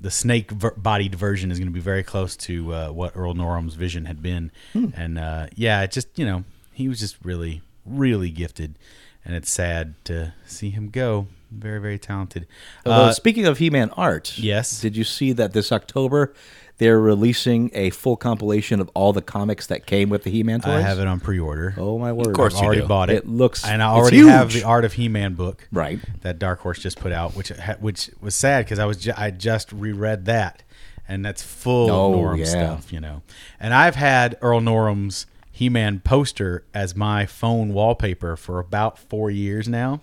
S3: The snake-bodied version is going to be very close to uh, what Earl Norum's vision had been,
S6: Hmm.
S3: and uh, yeah, it just you know he was just really, really gifted, and it's sad to see him go. Very, very talented.
S6: Although,
S3: Uh,
S6: speaking of He-Man art,
S3: Yes.
S6: did you see that this October they're releasing a full compilation of all the comics that came with the He-Man toys?
S3: I have it on pre-order.
S6: Oh my word! Of
S5: course
S3: I've
S5: you
S3: already
S5: do.
S3: bought it.
S6: It looks-
S3: and I
S6: it's
S3: already have
S6: huge.
S3: the Art of He-Man book,
S6: Right.
S3: That Dark Horse just put out, which ha- which was sad because I was ju- I just reread that, and that's full
S6: Oh,
S3: of Norm
S6: yeah.
S3: stuff, you know. And I've had Earl Norm's He-Man poster as my phone wallpaper for about four years now.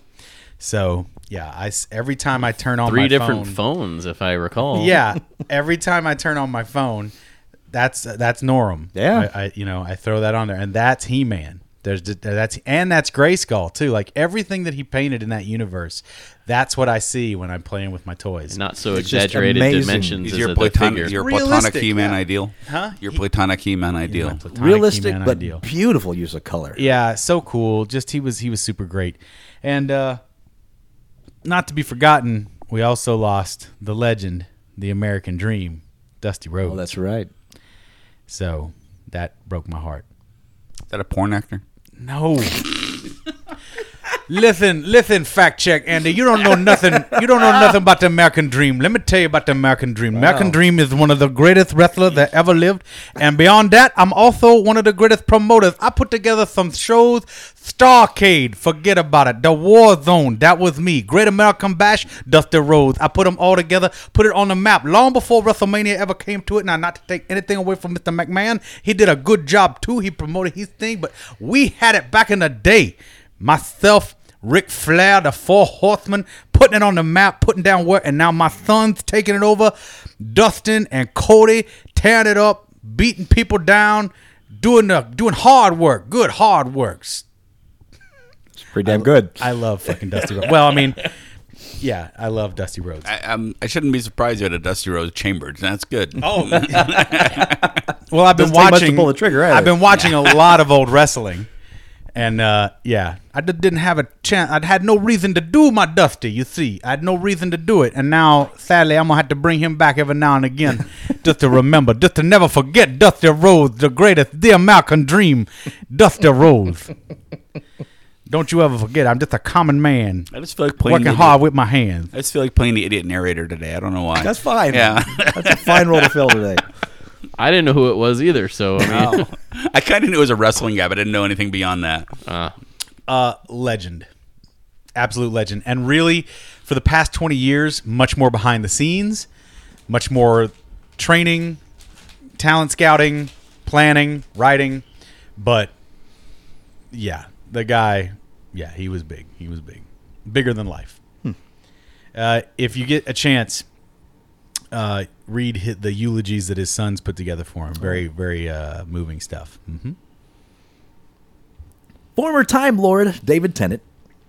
S3: So yeah, I s- every time I turn on
S4: Three
S3: my
S4: different
S3: phone,
S4: phones, if I recall.
S3: yeah, every time I turn on my phone, that's that's Norm.
S6: Yeah.
S3: I, I you know I throw that on there, and that's He Man. There's d- that's and that's Grayskull too. Like everything that he painted in that universe, that's what I see when I'm playing with my toys.
S4: Not so
S6: just
S4: exaggerated
S6: amazing.
S4: dimensions
S5: He's
S4: as
S5: your
S4: a the
S5: platonic,
S4: figure.
S5: your platonic
S3: Realistic,
S5: He-Man
S3: yeah.
S5: ideal.
S3: Huh?
S5: Your
S3: He-
S5: platonic He-Man
S3: He's my
S5: ideal.
S3: platonic
S6: Realistic
S3: He-Man
S6: but
S3: ideal.
S6: beautiful use of color.
S3: Yeah, so cool. Just he was he was super great, and uh, not to be forgotten, we also lost the legend, the American Dream, Dusty Rhodes.
S6: Oh, that's right.
S3: so that broke my heart.
S5: Is that a porn actor?
S3: No. listen, listen, fact check, Andy. You don't know nothing. You don't know nothing about the American Dream. Let me tell you about the American Dream. American Dream is one of the greatest wrestlers that ever lived, and beyond that, I'm also one of the greatest promoters. I put together some shows. Starcade, forget about it. The War Zone, that was me. Great American Bash, Dusty Rhodes. I put them all together, put it on the map long before WrestleMania ever came to it. Now, not to take anything away from Mr. McMahon, he did a good job too. He promoted his thing, but we had it back in the day myself, Ric Flair, the Four Horsemen, putting it on the map, putting down work, and now my son's taking it over. Dustin and Cody tearing it up, beating people down, doing the doing hard work, good hard works.
S6: It's pretty damn good.
S3: I love fucking Dusty Rhodes. Well, I mean, yeah, I love Dusty Rhodes.
S5: I, um, I shouldn't be surprised you had a Dusty Rose chambered. That's good. Oh,
S3: Well, I've been
S6: Doesn't take much to
S3: watching.
S6: pull the trigger, either.
S3: I've been watching a lot of old wrestling, and uh, yeah, I d- didn't have a chance. I'd had no reason to do my Dusty. You see, I had no reason to do it, and now sadly, I'm gonna have to bring him back every now and again, just to remember, just to never forget Dusty Rhodes, the greatest, the American Dream, Dusty Rhodes. Don't you ever forget, I'm just a common man
S5: I just feel like playing
S3: working
S5: the
S3: hard
S5: idiot-
S3: with my hands.
S5: I just feel like playing the idiot narrator today. I don't know why.
S6: That's fine.
S5: Yeah,
S6: That's a fine role to fill today.
S4: I didn't know who it was either, so I mean,
S5: I kind of knew it was a wrestling guy, but I didn't know anything beyond that.
S3: uh, legend, absolute legend, and really for the past twenty years, much more behind the scenes, much more training, talent scouting, planning, writing, but yeah, the guy, yeah, he was big. He was big, bigger than life.
S6: Hmm.
S3: Uh, if you get a chance, uh, read hi- the eulogies that his sons put together for him. Very,
S6: Oh.
S3: very uh, moving stuff. hmm
S6: Former Time Lord David Tennant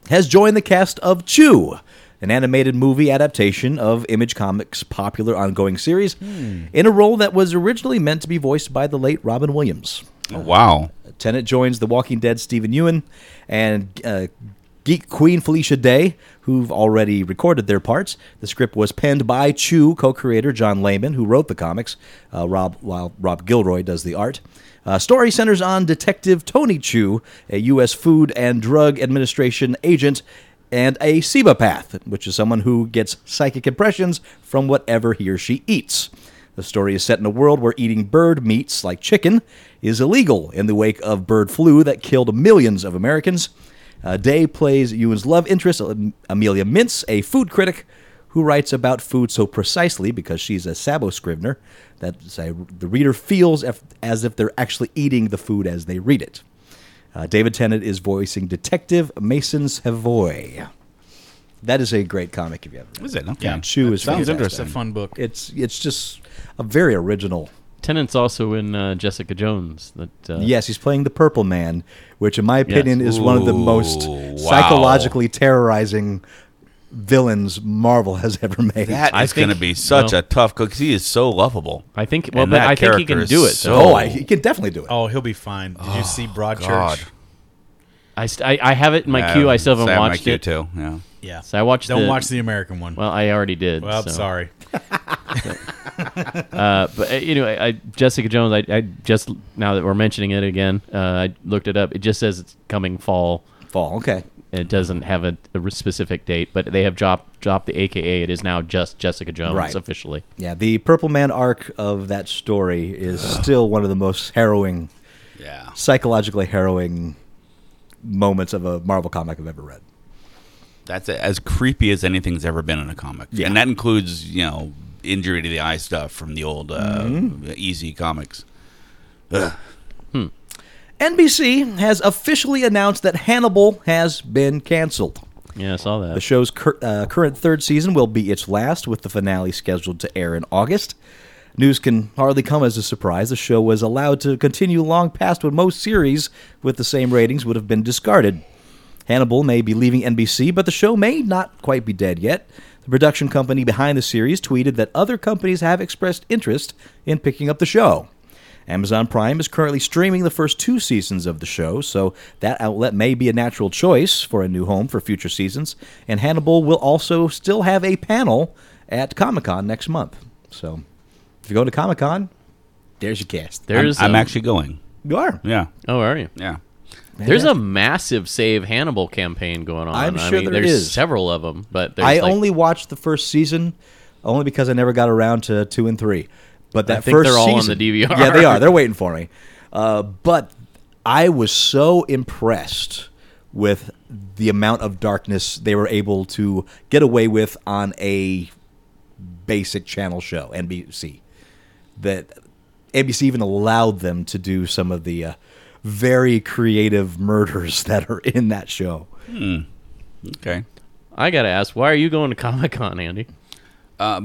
S6: has joined the cast of Chew, an animated movie adaptation of Image Comics' popular ongoing series, in a role that was originally meant to be voiced by the late Robin Williams.
S5: Oh, wow.
S6: Tennant joins The Walking Dead Stephen Ewan and uh, Geek Queen Felicia Day, who've already recorded their parts. The script was penned by Chew co-creator John Layman, who wrote the comics. Uh, Rob while Rob Gilroy does the art. Uh, story centers on Detective Tony Chew, a U.S. Food and Drug Administration agent. And a sebopath, which is someone who gets psychic impressions from whatever he or she eats. The story is set in a world where eating bird meats, like chicken, is illegal in the wake of bird flu that killed millions of Americans. Uh, Day plays Ewan's love interest, Am- Amelia Mintz, a food critic who writes about food so precisely because she's a Sabo scrivener that uh, the reader feels if, as if they're actually eating the food as they read it. Uh, David Tennant is voicing Detective Mason Savoy. That is a great comic if you haven't read
S5: Is it? Okay.
S3: Yeah.
S6: Chew
S5: That
S6: is
S5: sounds
S6: fantastic.
S3: It's a fun book.
S6: It's it's just a very original.
S4: Tennant's also in uh, Jessica Jones. That uh,
S6: Yes, he's playing the Purple Man, which in my opinion is one of the most
S5: Ooh, wow.
S6: psychologically terrorizing villains Marvel has ever made.
S5: That
S4: I
S5: is going to
S4: think-
S5: be such
S4: no.
S5: a tough because he is so lovable.
S4: I think. Well,
S5: And
S4: but
S5: that
S4: I think he
S5: character
S4: can
S5: is
S4: do it.
S5: so-
S4: though.
S6: oh, I, he can definitely do it.
S3: Oh, he'll be fine. Did you see Broadchurch?
S5: God.
S4: I, st- I I have it in my
S5: Yeah,
S4: queue. I still haven't
S5: same in my
S4: watched
S5: queue
S4: it.
S5: too. Yeah.
S3: Yeah.
S4: So I watched
S3: Don't
S4: the-
S3: watch the American one. Well,
S4: Well, I already did.
S3: I'm
S4: so.
S3: sorry.
S4: Uh, but uh, anyway, I, Jessica Jones. I, I just now that we're mentioning it again, uh, I looked it up. It just says it's coming fall.
S6: Fall, okay.
S4: It doesn't have a, a specific date, but they have dropped dropped the AKA. It is now just Jessica Jones
S6: Right.
S4: officially.
S6: Yeah, the Purple Man arc of that story is still one of the most harrowing,
S5: Yeah.
S6: psychologically harrowing moments of a Marvel comic I've ever read.
S5: That's as creepy as anything's ever been in a comic.
S6: Yeah.
S5: And that includes, you know, injury to the eye stuff from the old uh, easy comics.
S6: NBC has officially announced that Hannibal has been canceled.
S4: Yeah, I saw that.
S6: The show's cur- uh, current third season will be its last, with the finale scheduled to air in August. News can hardly come as a surprise. The show was allowed to continue long past when most series with the same ratings would have been discarded. Hannibal may be leaving NBC, but the show may not quite be dead yet. The production company behind the series tweeted that other companies have expressed interest in picking up the show. Amazon Prime is currently streaming the first two seasons of the show, so that outlet may be a natural choice for a new home for future seasons. And Hannibal will also still have a panel at Comic Con next month. So if you go to Comic Con, there's your cast.
S4: There's
S5: I'm, I'm
S4: a-
S5: actually going.
S6: You are.
S5: Yeah.
S4: Oh, are you?
S5: Yeah.
S4: There's a massive Save Hannibal campaign going on.
S6: I'm
S4: I
S6: sure
S4: mean,
S6: there
S4: there's
S6: is.
S4: several of them, but there's
S6: I
S4: like-
S6: only watched the first season only because I never got around to two and three. But that
S4: think
S6: first
S4: they're all on
S6: season-
S4: the DVR.
S6: Yeah, they are. They're waiting for me. Uh, but I was so impressed with the amount of darkness they were able to get away with on a basic channel show, NBC. That NBC even allowed them to do some of the uh, very creative murders that are in that show.
S5: Okay.
S4: I gotta ask, why are you going to Comic Con, Andy?
S5: I've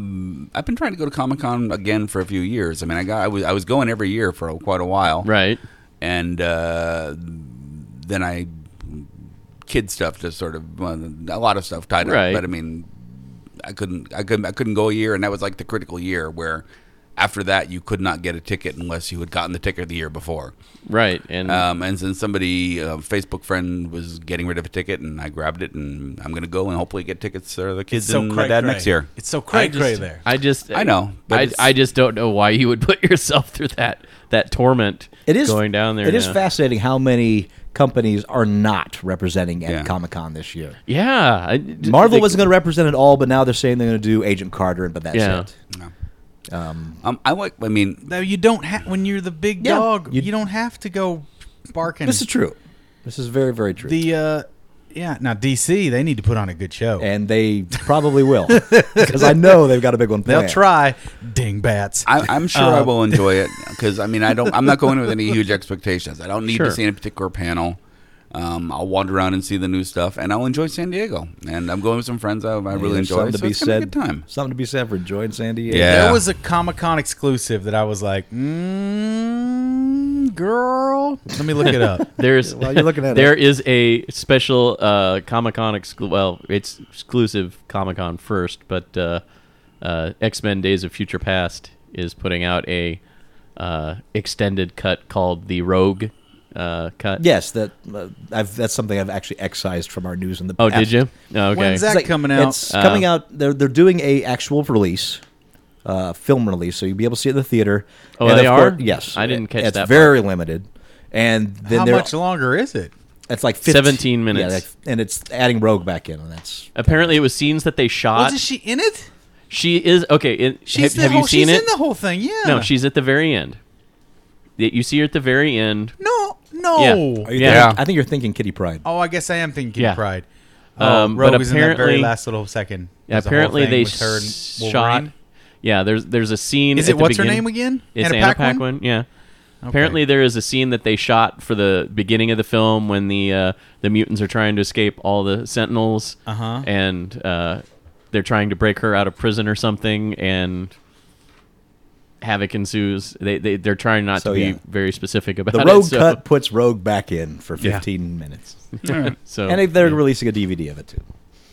S5: been trying to go to Comic Con again for a few years. I mean, I got I was I was going every year for quite a while,
S4: Right.
S5: And uh, then I kid stuff just sort of well, a lot of stuff tied
S4: Right.
S5: up. But I mean, I couldn't I couldn't I couldn't go a year, and that was like the critical year where after that you could not get a ticket unless you had gotten the ticket the year before.
S4: Right. And
S6: Uh,
S5: Um, and then somebody, a Facebook friend, was getting rid of a ticket, and I grabbed it, and I'm going to go and hopefully get tickets for the kids and my dad
S3: cray-cray.
S5: next year.
S3: It's so
S4: I
S3: cray
S4: just-
S3: cray there.
S4: I just
S5: I know, but
S4: I,
S5: it's-
S4: I just don't know why you would put yourself through that that torment.
S6: It is
S4: going down there.
S6: It is
S4: now.
S6: fascinating how many companies are not representing at
S5: Yeah.
S6: Comic Con this year.
S4: Yeah. I d-
S6: Marvel
S4: think-
S6: wasn't going to represent it all, but now they're saying they're going to do Agent Carter, but that's
S4: Yeah.
S6: it.
S5: Um, I like. I mean,
S3: No, you don't have when you're the big
S6: Yeah,
S3: dog.
S6: you-
S3: You, don't have to go barking.
S6: This is true. This is very, very true.
S3: the uh, yeah. Now DC, they need to put on a good show.
S6: and they probably will because I know they've got a big one
S3: They'll
S6: planned.
S3: try. Dingbats.
S5: I, I'm sure
S6: Uh-huh.
S5: I will enjoy it because I mean I don't I'm not going with any huge expectations. I don't need
S4: Sure.
S5: to see any particular panel. Um, I'll wander around and see the new stuff, and I'll enjoy San Diego. And I'm going with some friends I, I
S6: And
S5: really
S6: there's
S5: enjoy.
S6: something
S5: So
S6: to be
S5: it's gonna
S6: said.
S5: be a good time.
S6: Something to be said for enjoying San Diego.
S5: Yeah.
S3: There was a Comic Con exclusive that I was like, mm, girl. Let me look it up.
S4: There's
S6: While you're looking at
S4: there
S6: it.
S4: is a special uh, Comic Con exclu- well, it's exclusive Comic Con first, but uh, uh, X Men Days of Future Past is putting out a uh, extended cut called the Rogue uh, cut.
S6: Yes, that uh, I've, that's something I've actually excised from our news in the.
S4: Oh,
S6: past.
S4: did you? Oh, okay.
S3: When's that
S6: It's like-
S3: coming out?
S6: It's coming
S4: Uh,
S6: out. They're they're doing a actual release, uh, film release, so you'll be able to see it in the theater.
S4: Oh,
S6: And
S4: they
S6: of
S4: are?
S6: cour- yes,
S4: I didn't catch
S6: it's
S4: that part.
S6: very limited, and then
S3: How
S6: they're-
S3: much longer is it?
S6: It's like 15,
S4: 17 minutes.
S6: yeah, like- and it's adding Rogue back in, and that's
S4: Apparently, it was scenes that they shot.
S3: Wasn't she in it?
S4: She is okay. It,
S3: She's
S4: have
S3: the
S4: have
S3: whole,
S4: you seen
S3: she's
S4: it?
S3: in the whole thing. Yeah.
S4: no, she's at the very end. Y- You see her at the very end.
S3: No, no.
S4: Yeah.
S6: Are you
S4: Yeah.
S6: thinking- I think you're thinking Kitty Pride.
S3: Oh, I Oh, guess I am thinking
S4: Yeah.
S3: Pride. Oh,
S4: Um,
S3: Rogue
S4: but
S3: was in that very
S4: apparently,
S3: last little second.
S4: yeah,
S3: There's a whole
S4: apparently
S3: thing
S4: they
S3: with her and
S4: shot.
S3: Wolverine.
S4: Yeah, there's there's a scene.
S3: Is
S4: at
S3: it
S4: the
S3: what's her
S4: beginning-
S3: name again?
S4: It's
S3: Anna
S4: Anna
S3: Paquin?
S4: Paquin. Yeah. Apparently, there is a scene that they shot for the beginning of the film when the uh, the mutants are trying to escape all the Sentinels,
S3: Uh-huh.
S4: and uh, they're trying to break her out of prison or something, and havoc ensues. They they they're trying not
S6: So,
S4: to be
S6: yeah.
S4: very specific about
S6: The
S4: it.
S6: Rogue
S4: so,
S6: cut puts Rogue back in for
S3: Yeah.
S6: 15 minutes.
S4: uh, so
S6: And they- they're releasing a DVD of it too.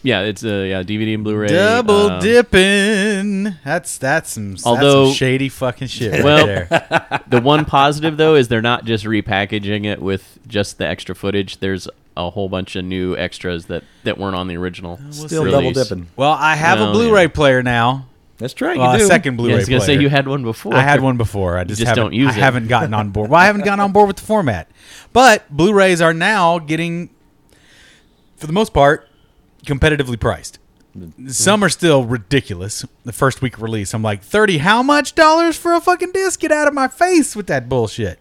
S4: yeah, it's a yeah DVD and Blu-ray
S3: Double
S4: um,
S3: dipping. That's that's some, that's
S4: Although-
S3: some shady fucking shit right
S4: Well-
S3: there.
S4: the one positive though is they're not just repackaging it with just the extra footage. There's a whole bunch of new extras that that weren't on the original.
S6: Uh, Still double
S4: release.
S6: dipping.
S3: Well, I have a
S4: Well,
S3: Blu-ray
S4: yeah.
S3: player now.
S6: That's right.
S3: Well,
S6: you
S3: a
S6: do.
S3: second Blu-ray
S4: Yeah, I was gonna
S3: player.
S4: say you had one before.
S3: I had one before. I just,
S4: just
S3: haven't,
S4: don't use
S3: I
S4: it.
S3: haven't gotten on board. Well, I haven't gotten on board with the format. But Blu-rays are now getting, for the most part, competitively priced. Some are still ridiculous. The first week release, I'm like thirty. How much dollars for a fucking disc? Get out of my face with that bullshit.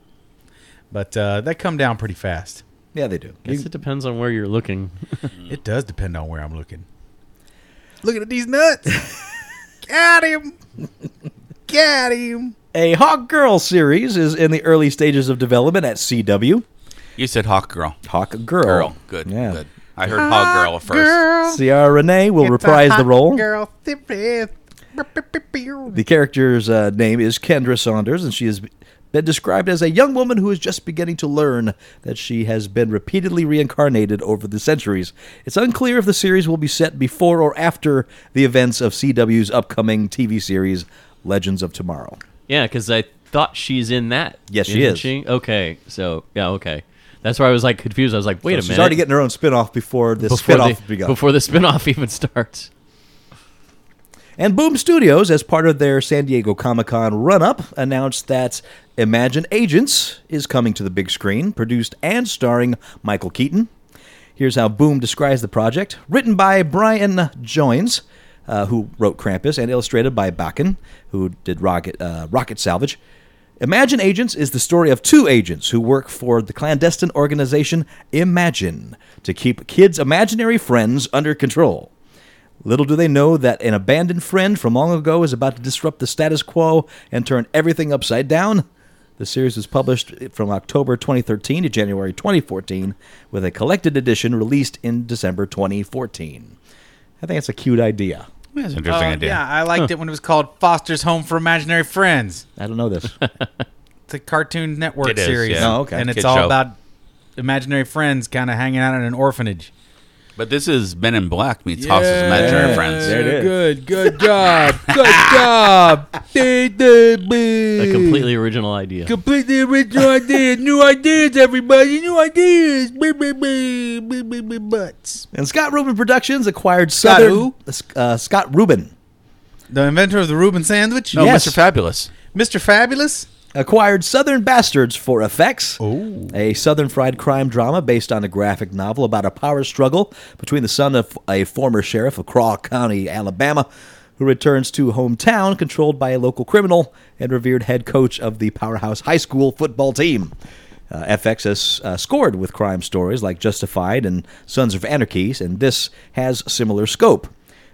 S3: But uh, that come down pretty fast.
S6: Yeah, they do.
S4: guess
S6: You-
S4: it depends on where you're looking.
S3: It does depend on where I'm looking. Looking at these nuts. Got him. Got him.
S6: a Hawk Girl series is in the early stages of development at CW.
S5: You said Hawk Girl.
S6: Hawk Girl.
S5: Girl. Good.
S6: Oh, Yeah.
S5: Good. I heard Hawk Girl first.
S6: Ciara Renee will reprise the role.
S3: Girl.
S6: The character's uh, name is Kendra Saunders, and she has been described as a young woman who is just beginning to learn that she has been repeatedly reincarnated over the centuries. It's unclear if the series will be set before or after the events of CW's upcoming TV series, Legends of Tomorrow.
S4: yeah, because I thought she's in that.
S6: Yes, she
S4: Isn't
S6: is.
S4: She? Okay, so yeah, okay. That's where I was like confused. I was like, wait a
S6: She's
S4: minute.
S6: already getting her own spinoff before this
S4: before
S6: spinoff
S4: the,
S6: begun.
S4: before the spinoff even starts.
S6: And Boom Studios, as part of their San Diego Comic Con run up, announced that Imagine Agents is coming to the big screen, produced and starring Michael Keaton. Here's how Boom describes the project written by Brian Joins, uh, who wrote Krampus, and illustrated by Bakken, who did Rocket, uh, Rocket Salvage. Imagine Agents is the story of two agents who work for the clandestine organization Imagine to keep kids' imaginary friends under control. Little do they know that an abandoned friend from long ago is about to disrupt the status quo and turn everything upside down. The series was published from October 2013 to January 2014, with a collected edition released in December 2014. I think that's a cute idea.
S5: That's an interesting idea.
S3: Uh, Yeah, I liked it when it was called Foster's Home for Imaginary Friends.
S6: I don't know this.
S3: It's a Cartoon Network
S5: It is,
S3: series.
S5: yeah.
S6: Oh, okay.
S3: And it's
S5: Kid
S3: all
S5: show.
S3: about imaginary friends kind of hanging out in an orphanage.
S5: But this is Men in Black meets Hawks' Imaginary Friends.
S6: There it is.
S3: Good, good job. good job.
S4: A
S3: A
S4: completely original idea.
S3: completely original ideas. New ideas, everybody. New ideas. Butts.
S6: And Scott Rubin Productions acquired
S3: Scott
S6: Southern-
S3: who?
S6: Uh, Scott Rubin
S3: The inventor of the Reuben sandwich? Oh,
S5: No,
S6: Yes.
S5: Mr. Fabulous.
S3: Mr. Fabulous?
S6: acquired Southern Bastards for effects, a Southern fried crime drama based on a graphic novel about a power struggle between the son of a former sheriff of Craw County, Alabama, who returns to hometown controlled by a local criminal and revered head coach of the powerhouse high school football team. Uh, FX has uh, scored with crime stories like Justified and Sons of Anarchy, and this has similar scope.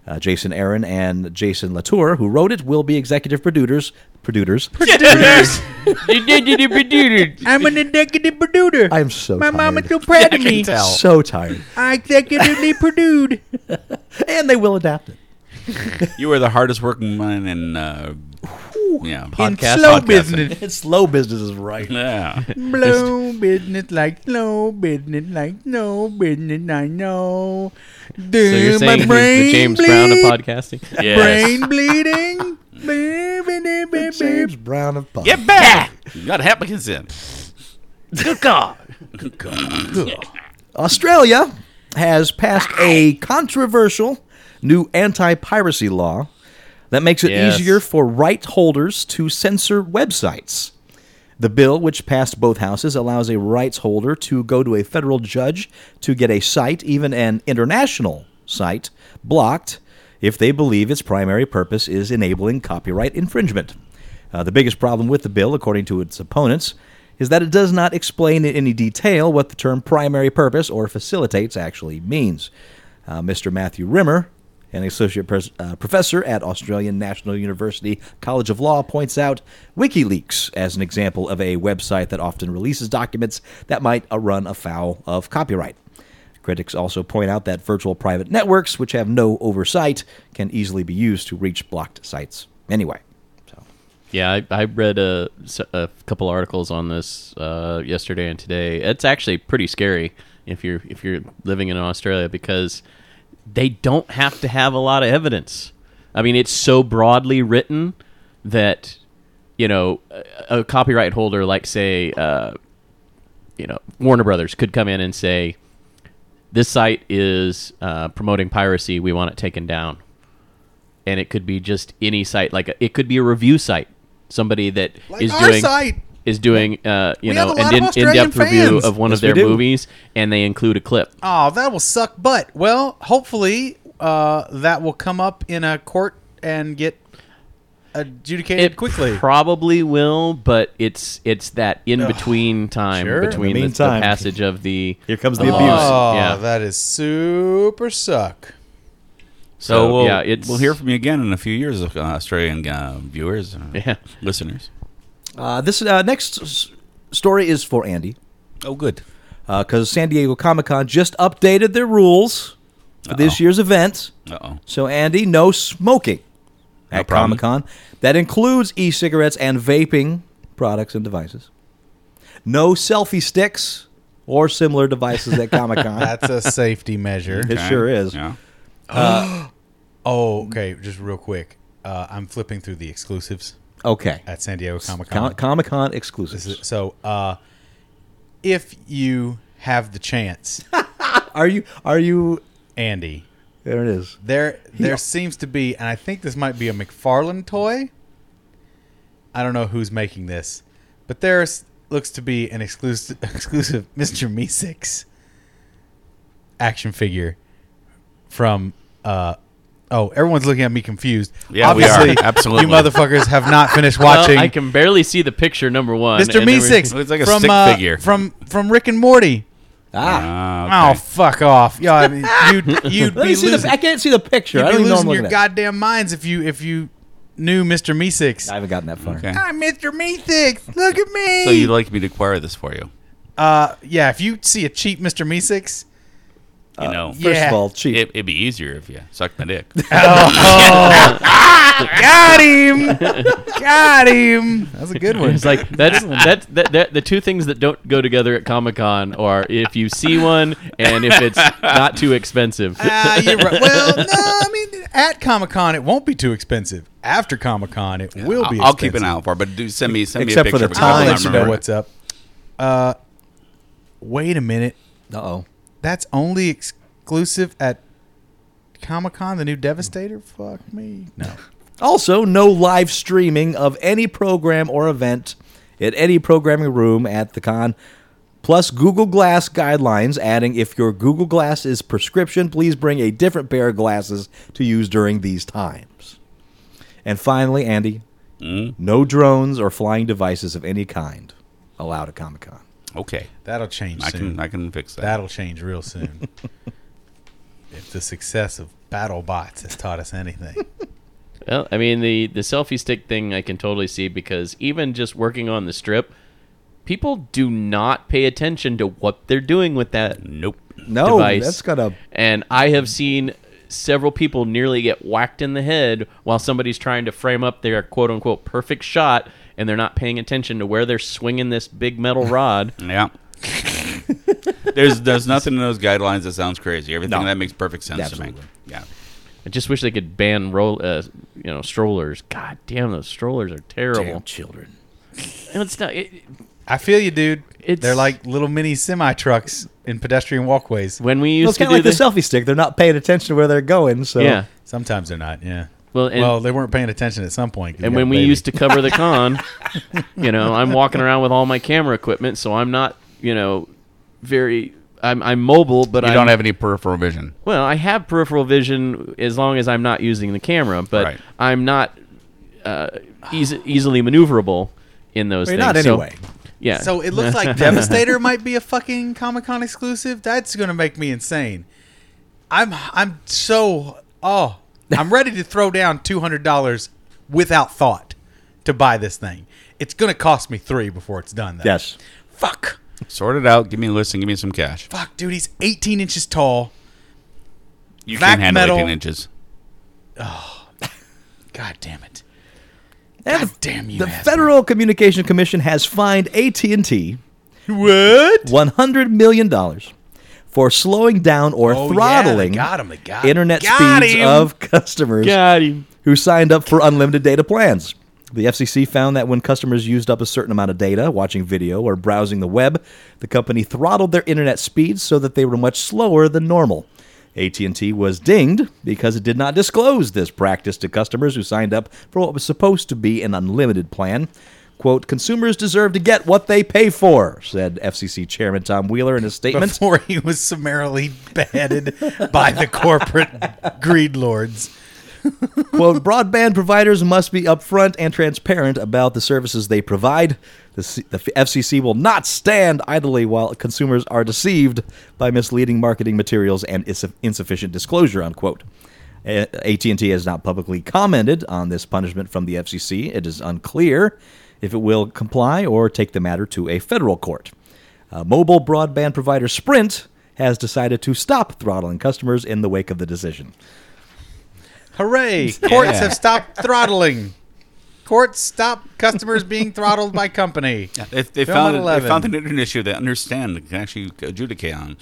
S6: Uh, Jason Aaron and Jason Latour, who wrote it, will be executive producers. Producers.
S3: I'm an executive producer.
S6: I'm so
S3: My
S6: tired.
S3: mama's so proud of me.
S6: So tired.
S3: I executively produced.
S6: And they will adapt it.
S5: You are the hardest working man in uh, yeah, podcast.
S3: slow
S5: podcasting.
S3: business.
S6: It's slow business is right.
S5: Yeah.
S3: Slow business like slow business like no business I know. Do
S4: so you're
S3: my
S4: saying he's
S3: brain
S4: the James
S3: bleed?
S4: Brown of podcasting?
S5: Yes.
S3: Brain bleeding. Beep, beep, beep, beep,
S6: James
S3: beep.
S6: Brown of Pop.
S5: Get back! You gotta help me in. Good God. Good God.
S6: Australia has passed a controversial new anti piracy law that makes it
S4: Yes.
S6: easier for right holders to censor websites. The bill, which passed both houses, allows a rights holder to go to a federal judge to get a site, even an international site, blocked if they believe its primary purpose is enabling copyright infringement. Uh, the biggest problem with the bill, according to its opponents, is that it does not explain in any detail what the term primary purpose or facilitates actually means. Uh, Mr. Matthew Rimmer, an associate pres- uh, professor at Australian National University College of Law, points out WikiLeaks as an example of a website that often releases documents that might uh, run afoul of copyright. Critics also point out that virtual private networks, which have no oversight, can easily be used to reach blocked sites. Anyway, so
S4: Yeah, I, I read a, s- a couple articles on this uh, yesterday and today. It's actually pretty scary if you're if you're living in Australia because they don't have to have a lot of evidence. I mean, it's so broadly written that you know a, a copyright holder, like say, uh, you know Warner Brothers, could come in and say, "This site is uh, promoting piracy. We want it taken down." and it could be just any site. Like it could be a review site, somebody that is
S3: Like our
S4: doing
S3: site.
S4: is doing uh, you
S3: We have
S4: know
S3: a lot
S4: an
S3: of
S4: in,
S3: Australian
S4: in-depth review
S3: fans.
S4: of one
S6: Yes,
S4: of
S6: we
S4: their
S6: do.
S4: movies, and they include a clip.
S3: Oh, that will suck butt. Well, hopefully uh, that will come up in a court and get adjudicated
S4: it
S3: quickly.
S4: probably will, but it's it's that in between time
S3: Sure. In the
S4: between the, the
S6: meantime,
S4: passage of the
S6: here comes the
S4: Oh.
S6: abuse.
S3: oh,
S4: yeah.
S3: that is super suck.
S4: so,
S5: we'll,
S4: yeah it's
S5: we'll hear from you again in a few years, uh, Australian uh, viewers, or
S4: Yeah.
S5: listeners.
S6: Uh, this uh, next s- story is for Andy
S5: Oh, good.
S6: because San Diego Comic Con just updated their rules for this
S5: Uh-oh.
S6: year's event.
S5: Uh oh.
S6: So Andy, no smoking
S5: No
S6: at
S5: problem.
S6: Comic Con. That includes e-cigarettes and vaping products and devices. No selfie sticks or similar devices at Comic Con.
S3: That's a safety measure.
S6: it sure is.
S5: Yeah.
S3: Oh, okay. Just real quick. Uh, I'm flipping through the exclusives
S6: Okay.
S3: at San Diego Comic Con.
S6: Comic Con
S3: This
S6: exclusives.
S3: is- so, uh, if you have the chance,
S6: Are you? Are you?
S3: Andy,
S6: There it is.
S3: there there seems to be, and I think this might be a McFarlane toy. I don't know who's making this, but there looks to be an exclusive exclusive Mr. Meeseeks action figure from. Uh, oh, everyone's looking at me confused.
S5: Yeah, we are.
S3: Obviously,
S5: Absolutely.
S3: you motherfuckers have not finished
S4: well,
S3: watching.
S4: I can barely see the picture number one.
S3: Mr.
S4: and there was-
S3: Meeseeks.
S5: It's like a
S3: from,
S5: stick
S3: uh,
S5: figure.
S3: from from Rick and Morty.
S6: Ah.
S5: Ah,
S3: Oh,
S5: okay.
S3: fuck off! Yeah, I mean, you'd you'd
S6: Let me
S3: be
S6: see
S3: losing,
S6: the, I can't see the picture.
S3: you'd be
S6: I don't even know what I'm
S3: losing your
S6: looking at.
S3: goddamn minds if you if you knew Mr. Meeseeks.
S6: I haven't gotten that far.
S5: Okay.
S3: Hi, Mr. Meeseeks. Look at me.
S5: So you'd like me to acquire this for you?
S3: uh, yeah, if you see a cheap Mr. Meeseeks,
S5: You know,
S3: yeah.
S6: First of all, cheap.
S5: it, it'd be easier if you sucked my dick.
S6: Ah.
S3: got him, got him. That's a good one.
S4: It's like that's that's that, that the two things that don't go together at Comic Con are if you see one and if it's not too expensive.
S3: Ah, you're right. Well, no, I mean, at Comic Con it won't be too expensive. After Comic Con, it will be.
S5: I'll, I'll keep an
S3: expensive.
S5: eye out for it, but do send me send
S6: Except
S5: me a
S6: for
S5: picture
S6: the
S5: because I will
S6: time
S5: not
S3: I'll let you know
S5: remember
S3: what's up. Uh, wait a minute.
S6: Uh oh.
S3: That's only exclusive at Comic Con, the new Devastator? Fuck me. No.
S6: Also, no live streaming of any program or event at any programming room at the con. Plus, Google Glass guidelines adding if your Google Glass is prescription, please bring a different pair of glasses to use during these times. And finally, Andy,
S4: Mm-hmm.
S6: no drones or flying devices of any kind allowed at Comic Con.
S5: it. Okay,
S3: That'll change
S5: I
S3: soon.
S5: can I can fix that.
S3: That'll change real soon. if the success of BattleBots has taught us anything.
S5: Hmm.
S4: Well, I mean the the selfie stick thing I can totally see because even just working on the strip, people do not pay attention to what they're doing with that.
S5: Nope.
S6: No,
S4: Device.
S6: that's gonna.
S4: And I have seen several people nearly get whacked in the head while somebody's trying to frame up their quote unquote perfect shot and they're not paying attention to where they're swinging this big metal rod.
S5: Yeah. there's there's nothing in those guidelines that sounds crazy. Everything that makes perfect sense to
S6: Absolutely.
S5: me. Yeah.
S4: I just wish they could ban roll, uh, you know, strollers. God damn, those strollers are terrible.
S6: children.
S4: And It's not. It,
S3: I feel you, dude.
S4: It's-
S3: They're like little mini semi trucks in pedestrian walkways.
S4: when we used
S6: Well, it's
S4: to
S6: kind
S4: do
S6: of like the
S4: this,
S6: selfie stick. They're not paying attention to where they're going. So
S4: yeah.
S3: Sometimes they're not, yeah.
S4: Well, and,
S3: well, they weren't paying attention at some point. 'cause
S4: and
S3: you got
S4: when
S3: a
S4: we
S3: baby.
S4: used to cover the con, you know, I'm walking around with all my camera equipment, so I'm not, you know, very. I'm, I'm mobile, but
S5: You
S4: I
S5: don't have any peripheral vision.
S4: Well, I have peripheral vision as long as I'm not using the camera, but
S5: Right.
S4: I'm not uh, eas- easily maneuverable in those
S6: Well, you're
S4: things.
S6: not
S4: So-
S6: anyway.
S4: yeah.
S3: So it looks like Devastator might be a fucking Comic Con exclusive. That's going to make me insane. I'm I'm so oh I'm ready to throw down two hundred dollars without thought to buy this thing. It's gonna cost me three before it's done. Though.
S6: Yes.
S3: Fuck.
S5: Sort it out. Give me a list and give me some cash.
S3: Fuck, dude. He's eighteen inches tall.
S5: You
S3: Vac
S5: can't handle
S3: metal.
S5: 18 inches.
S3: God damn it.
S6: And
S3: God
S6: the-
S3: damn you.
S6: The
S3: asshole.
S6: Federal Communication Commission has fined AT&T
S3: What?
S6: 100 million dollars for slowing down or
S3: Oh, yeah, they
S6: throttling
S3: got 'em, they got 'em.
S6: internet
S3: Got
S6: speeds
S3: him.
S6: of customers
S4: Got him.
S6: who signed up for unlimited data plans. The FCC found that when customers used up a certain amount of data watching video or browsing the web, the company throttled their internet speeds so that they were much slower than normal. AT&T was dinged because it did not disclose this practice to customers who signed up for what was supposed to be an unlimited plan. Quote, consumers deserve to get what they pay for, said FCC Chairman Tom Wheeler in a statement.
S3: Before he was summarily beheaded by the corporate greed lords.
S6: Quote, broadband providers must be upfront and transparent about the services they provide. The, C- the FCC will not stand idly while consumers are deceived by misleading marketing materials and is- insufficient disclosure, unquote. A- AT&T has not publicly commented on this punishment from the FCC. It is unclear if it will comply or take the matter to a federal court. Uh, mobile broadband provider Sprint has decided to stop throttling customers in the wake of the decision.
S3: Hooray! Courts have stopped throttling. Courts stop customers being throttled by company.
S5: They, they,
S3: Film
S5: found,
S3: at
S5: they
S3: 11.
S5: found an internet issue they understand, they can actually adjudicate on.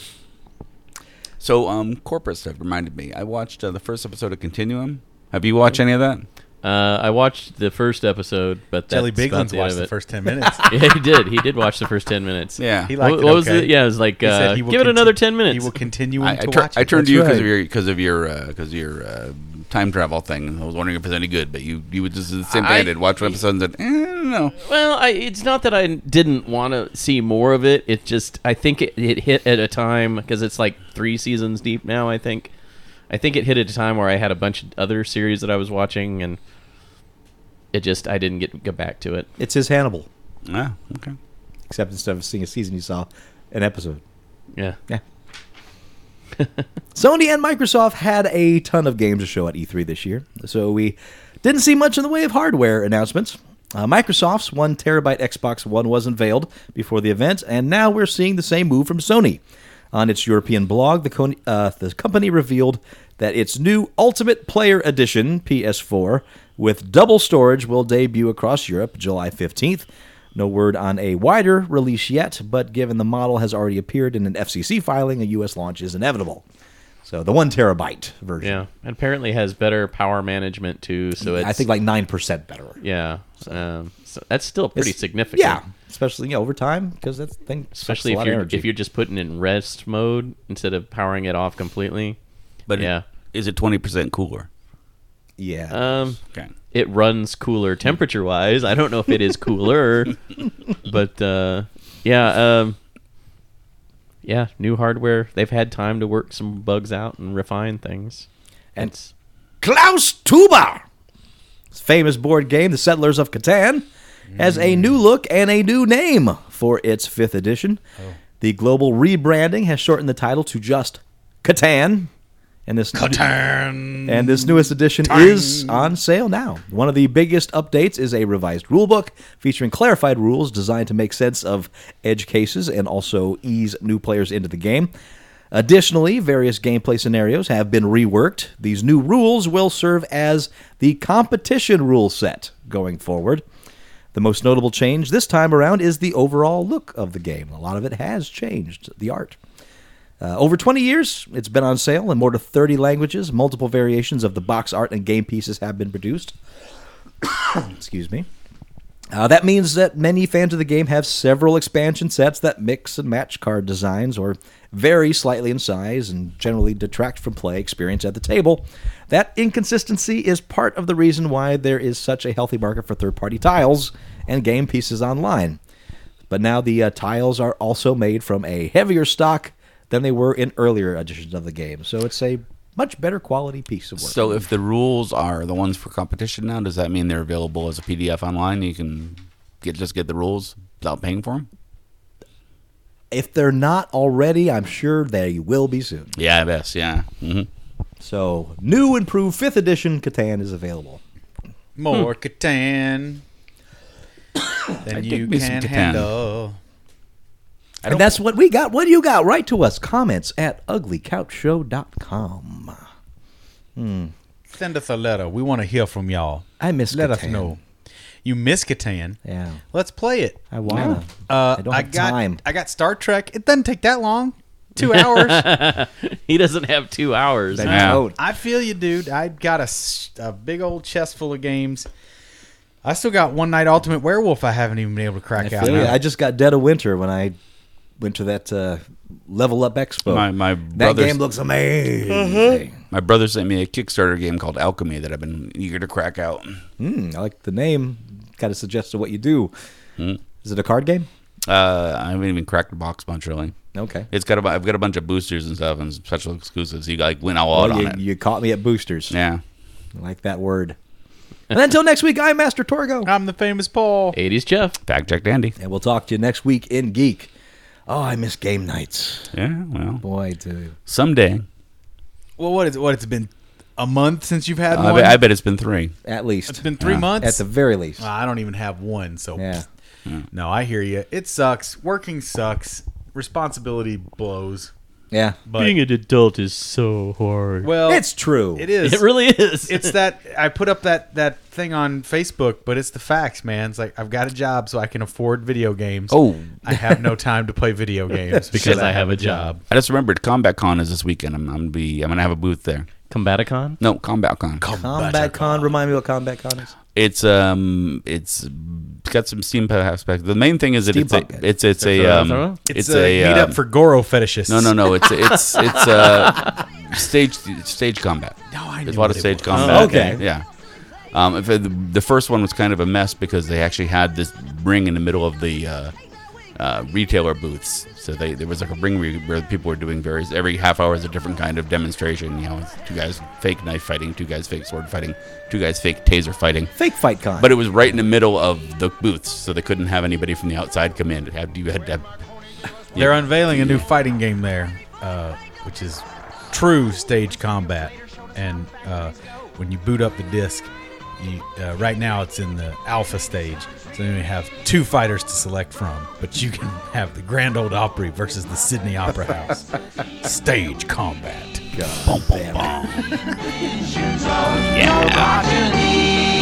S5: So, um, corporate stuff reminded me. I watched uh, the first episode of Continuum. Have you watched any of that?
S4: Uh, I watched the first episode, but that's
S3: Jelly
S4: about
S3: Biglin's
S4: the end
S3: watched
S4: of
S3: the
S4: it.
S3: first ten minutes.
S4: yeah, he did. He did watch the first ten minutes.
S5: Yeah.
S3: He
S4: What,
S3: liked it.
S4: what was
S3: okay.
S4: it? Yeah, it was like
S3: He said
S4: uh,
S3: he will
S4: give it another
S3: conti-
S4: ten minutes.
S3: He will continue
S5: I, I,
S3: to
S5: tur-
S3: watch.
S5: I
S3: it.
S5: turned to you because
S6: right.
S5: of your because of your because your uh, time travel thing. I was wondering if it's any good, but you you would just do the same thing. I
S4: I-
S5: did watch one episode and said, eh, no.
S4: Well, I, it's not that I didn't want to see more of it. It just I think it, it hit at a time because it's like three seasons deep now. I think, I think it hit at a time where I had a bunch of other series that I was watching, and it just I didn't get get back to it.
S6: It's his Hannibal.
S5: Ah, okay.
S6: except instead of seeing a season, you saw an episode.
S4: Yeah,
S6: Yeah. Sony and Microsoft had a ton of games to show at E3 this year, so we didn't see much in the way of hardware announcements. Uh, Microsoft's one terabyte Xbox One was unveiled before the event, and now we're seeing the same move from Sony. On its European blog, the, con- uh, the company revealed that its new Ultimate Player Edition PS4 with double storage will debut across Europe July 15th. No word on a wider release yet, but given the model has already appeared in an FCC filing, a U.S. launch is inevitable. So the one terabyte version,
S4: yeah. It apparently has better power management too. So it's
S6: I think like nine percent better.
S4: yeah. Um, so that's still pretty
S6: It's-
S4: significant.
S6: Yeah, especially you know, over time because that thing sucks
S4: especially
S6: a
S4: if
S6: lot of
S4: you're
S6: energy.
S4: if you're just putting it in rest mode instead of powering it off completely.
S5: But
S4: Yeah.
S5: it, is it twenty percent cooler?
S6: yeah.
S4: Um,
S5: Okay.
S4: it runs cooler temperature wise. I don't know if it is cooler, but uh, yeah, um, yeah, new hardware. They've had time to work some bugs out and refine things.
S6: And-
S4: It's-
S6: Klaus Tuba. His famous board game, The Settlers of Catan, has
S4: Hmm.
S6: a new look and a new name for its fifth edition.
S4: Oh.
S6: The global rebranding has shortened the title to just Catan. And this
S3: Turn.
S6: and this newest edition is on sale now. One of the biggest updates is a revised rulebook featuring clarified rules designed to make sense of edge cases and also ease new players into the game. Additionally, various gameplay scenarios have been reworked. These new rules will serve as the competition rule set going forward. The most notable change this time around is the overall look of the game. A lot of it has changed, the art. Uh, over 20 years, it's been on sale in more than 30 languages. Multiple variations of the box art and game pieces have been produced. Excuse me. Uh, that means that many fans of the game have several expansion sets that mix and match card designs or vary slightly in size and generally detract from play experience at the table. That inconsistency is part of the reason why there is such a healthy market for third party tiles and game pieces online. But now the uh, tiles are also made from a heavier stock than they were in earlier editions of the game. So it's a much better quality piece of work.
S5: So if the rules are the ones for competition now, does that mean they're available as a PDF online? You can get just get the rules without paying for them.
S6: If they're not already, I'm sure they will be soon.
S5: Yeah, best. Yeah. hmm
S6: So, new improved 5th edition Catan is available.
S7: More Catan than you
S5: dig me some
S7: can
S5: Catan.
S7: handle.
S6: And that's what we got. What do you got? Write to us. Comments at uglycouchshow.com.
S7: Send us a letter. We want to hear from y'all.
S6: I miss
S7: Let us
S6: Catan.
S7: know. You miss Catan.
S6: Yeah.
S7: Let's play it.
S6: I wanna.
S7: Uh,
S6: I don't have
S7: got,
S6: time.
S7: I got Star Trek. It doesn't take that long. Two hours.
S4: He doesn't have two hours.
S5: Yeah.
S6: Out.
S7: I feel you, dude. I got a, s- a big old chest full of games. I still got One Night Ultimate Werewolf I haven't even been able to crack out.
S6: Yeah,
S7: now.
S6: I just got Dead of Winter when I went to that uh, Level Up Expo.
S5: My- my
S6: that
S5: brother's-
S6: game looks amazing.
S5: My brother sent me a Kickstarter game called Alchemy that I've been eager to crack out.
S6: Hmm, I like the name. Kind of suggests what you do.
S5: Hmm.
S6: Is it a card game?
S5: Uh, I haven't even cracked the box bunch really.
S6: Okay.
S5: It's got a, bu- I've got a bunch of boosters and stuff and special exclusives. You like went all out
S6: Well,
S5: on
S6: you,
S5: it.
S6: you caught me at boosters.
S5: yeah.
S6: I like that word. And until next week, I'm Master Torgo.
S7: I'm the famous Paul.
S4: 80s Jeff.
S5: Fact checked Andy.
S6: And we'll talk to you next week in Geek. Oh, I miss game nights.
S5: Yeah. Well,
S6: Boy, do.
S5: someday.
S7: Well, what is it? What it's been a month since you've had
S5: I
S7: one.
S5: bet, I bet it's been three.
S6: At least.
S7: it's been three
S5: Uh, Yeah.
S7: months.
S6: At the very least.
S7: I don't even have one. So
S6: Yeah.
S7: no, I hear you. It sucks. Working sucks. Responsibility blows.
S6: Yeah.
S7: But
S4: an adult is so hard.
S7: well,
S6: It's true.
S7: It is.
S4: It really is.
S7: It's that I put up that that thing on Facebook, but it's the facts, man. It's like I've got a job, so I can afford video games.
S5: Oh.
S7: I have no time to play video games
S4: because I have a job.
S5: I just remembered Combat Con is this weekend. I'm, I'm gonna be. I'm gonna have a booth there.
S4: Combaticon?
S5: No, Combat Con.
S6: Combat Con. Remind me what Combat Con is.
S5: It's um, it's it's got some steampunk aspects. The main thing is that it's
S6: Steampunk.
S5: a, it's it's a
S4: That's
S5: um,
S4: all right.
S7: It's, a, meetup
S5: um,
S7: for Goro fetishists.
S5: no no no it's it's it's uh stage stage combat.
S7: No, I
S5: There's
S7: knew
S5: a
S7: Oh,
S5: lot of
S7: what it
S5: stage
S7: was.
S5: combat.
S6: okay.
S5: yeah. Um, if it, the first one was kind of a mess because they actually had this ring in the middle of the uh, uh, retailer booths. So they there was like a ring where, where people were doing various every half hour is a different kind of demonstration. You know, it's two guys fake knife fighting, two guys fake sword fighting, two guys fake taser fighting.
S6: Fake Fight Con.
S5: But it was right in the middle of the booths, so they couldn't have anybody from the outside come in. It had- You had to have-
S7: They're unveiling a new fighting game there, uh, which is true stage combat. And uh, when you boot up the disc, you, uh, right now it's in the alpha stage. So you only have two fighters to select from, but you can have the Grand Old Opry versus the Sydney Opera House. stage combat.
S2: Options are yeah.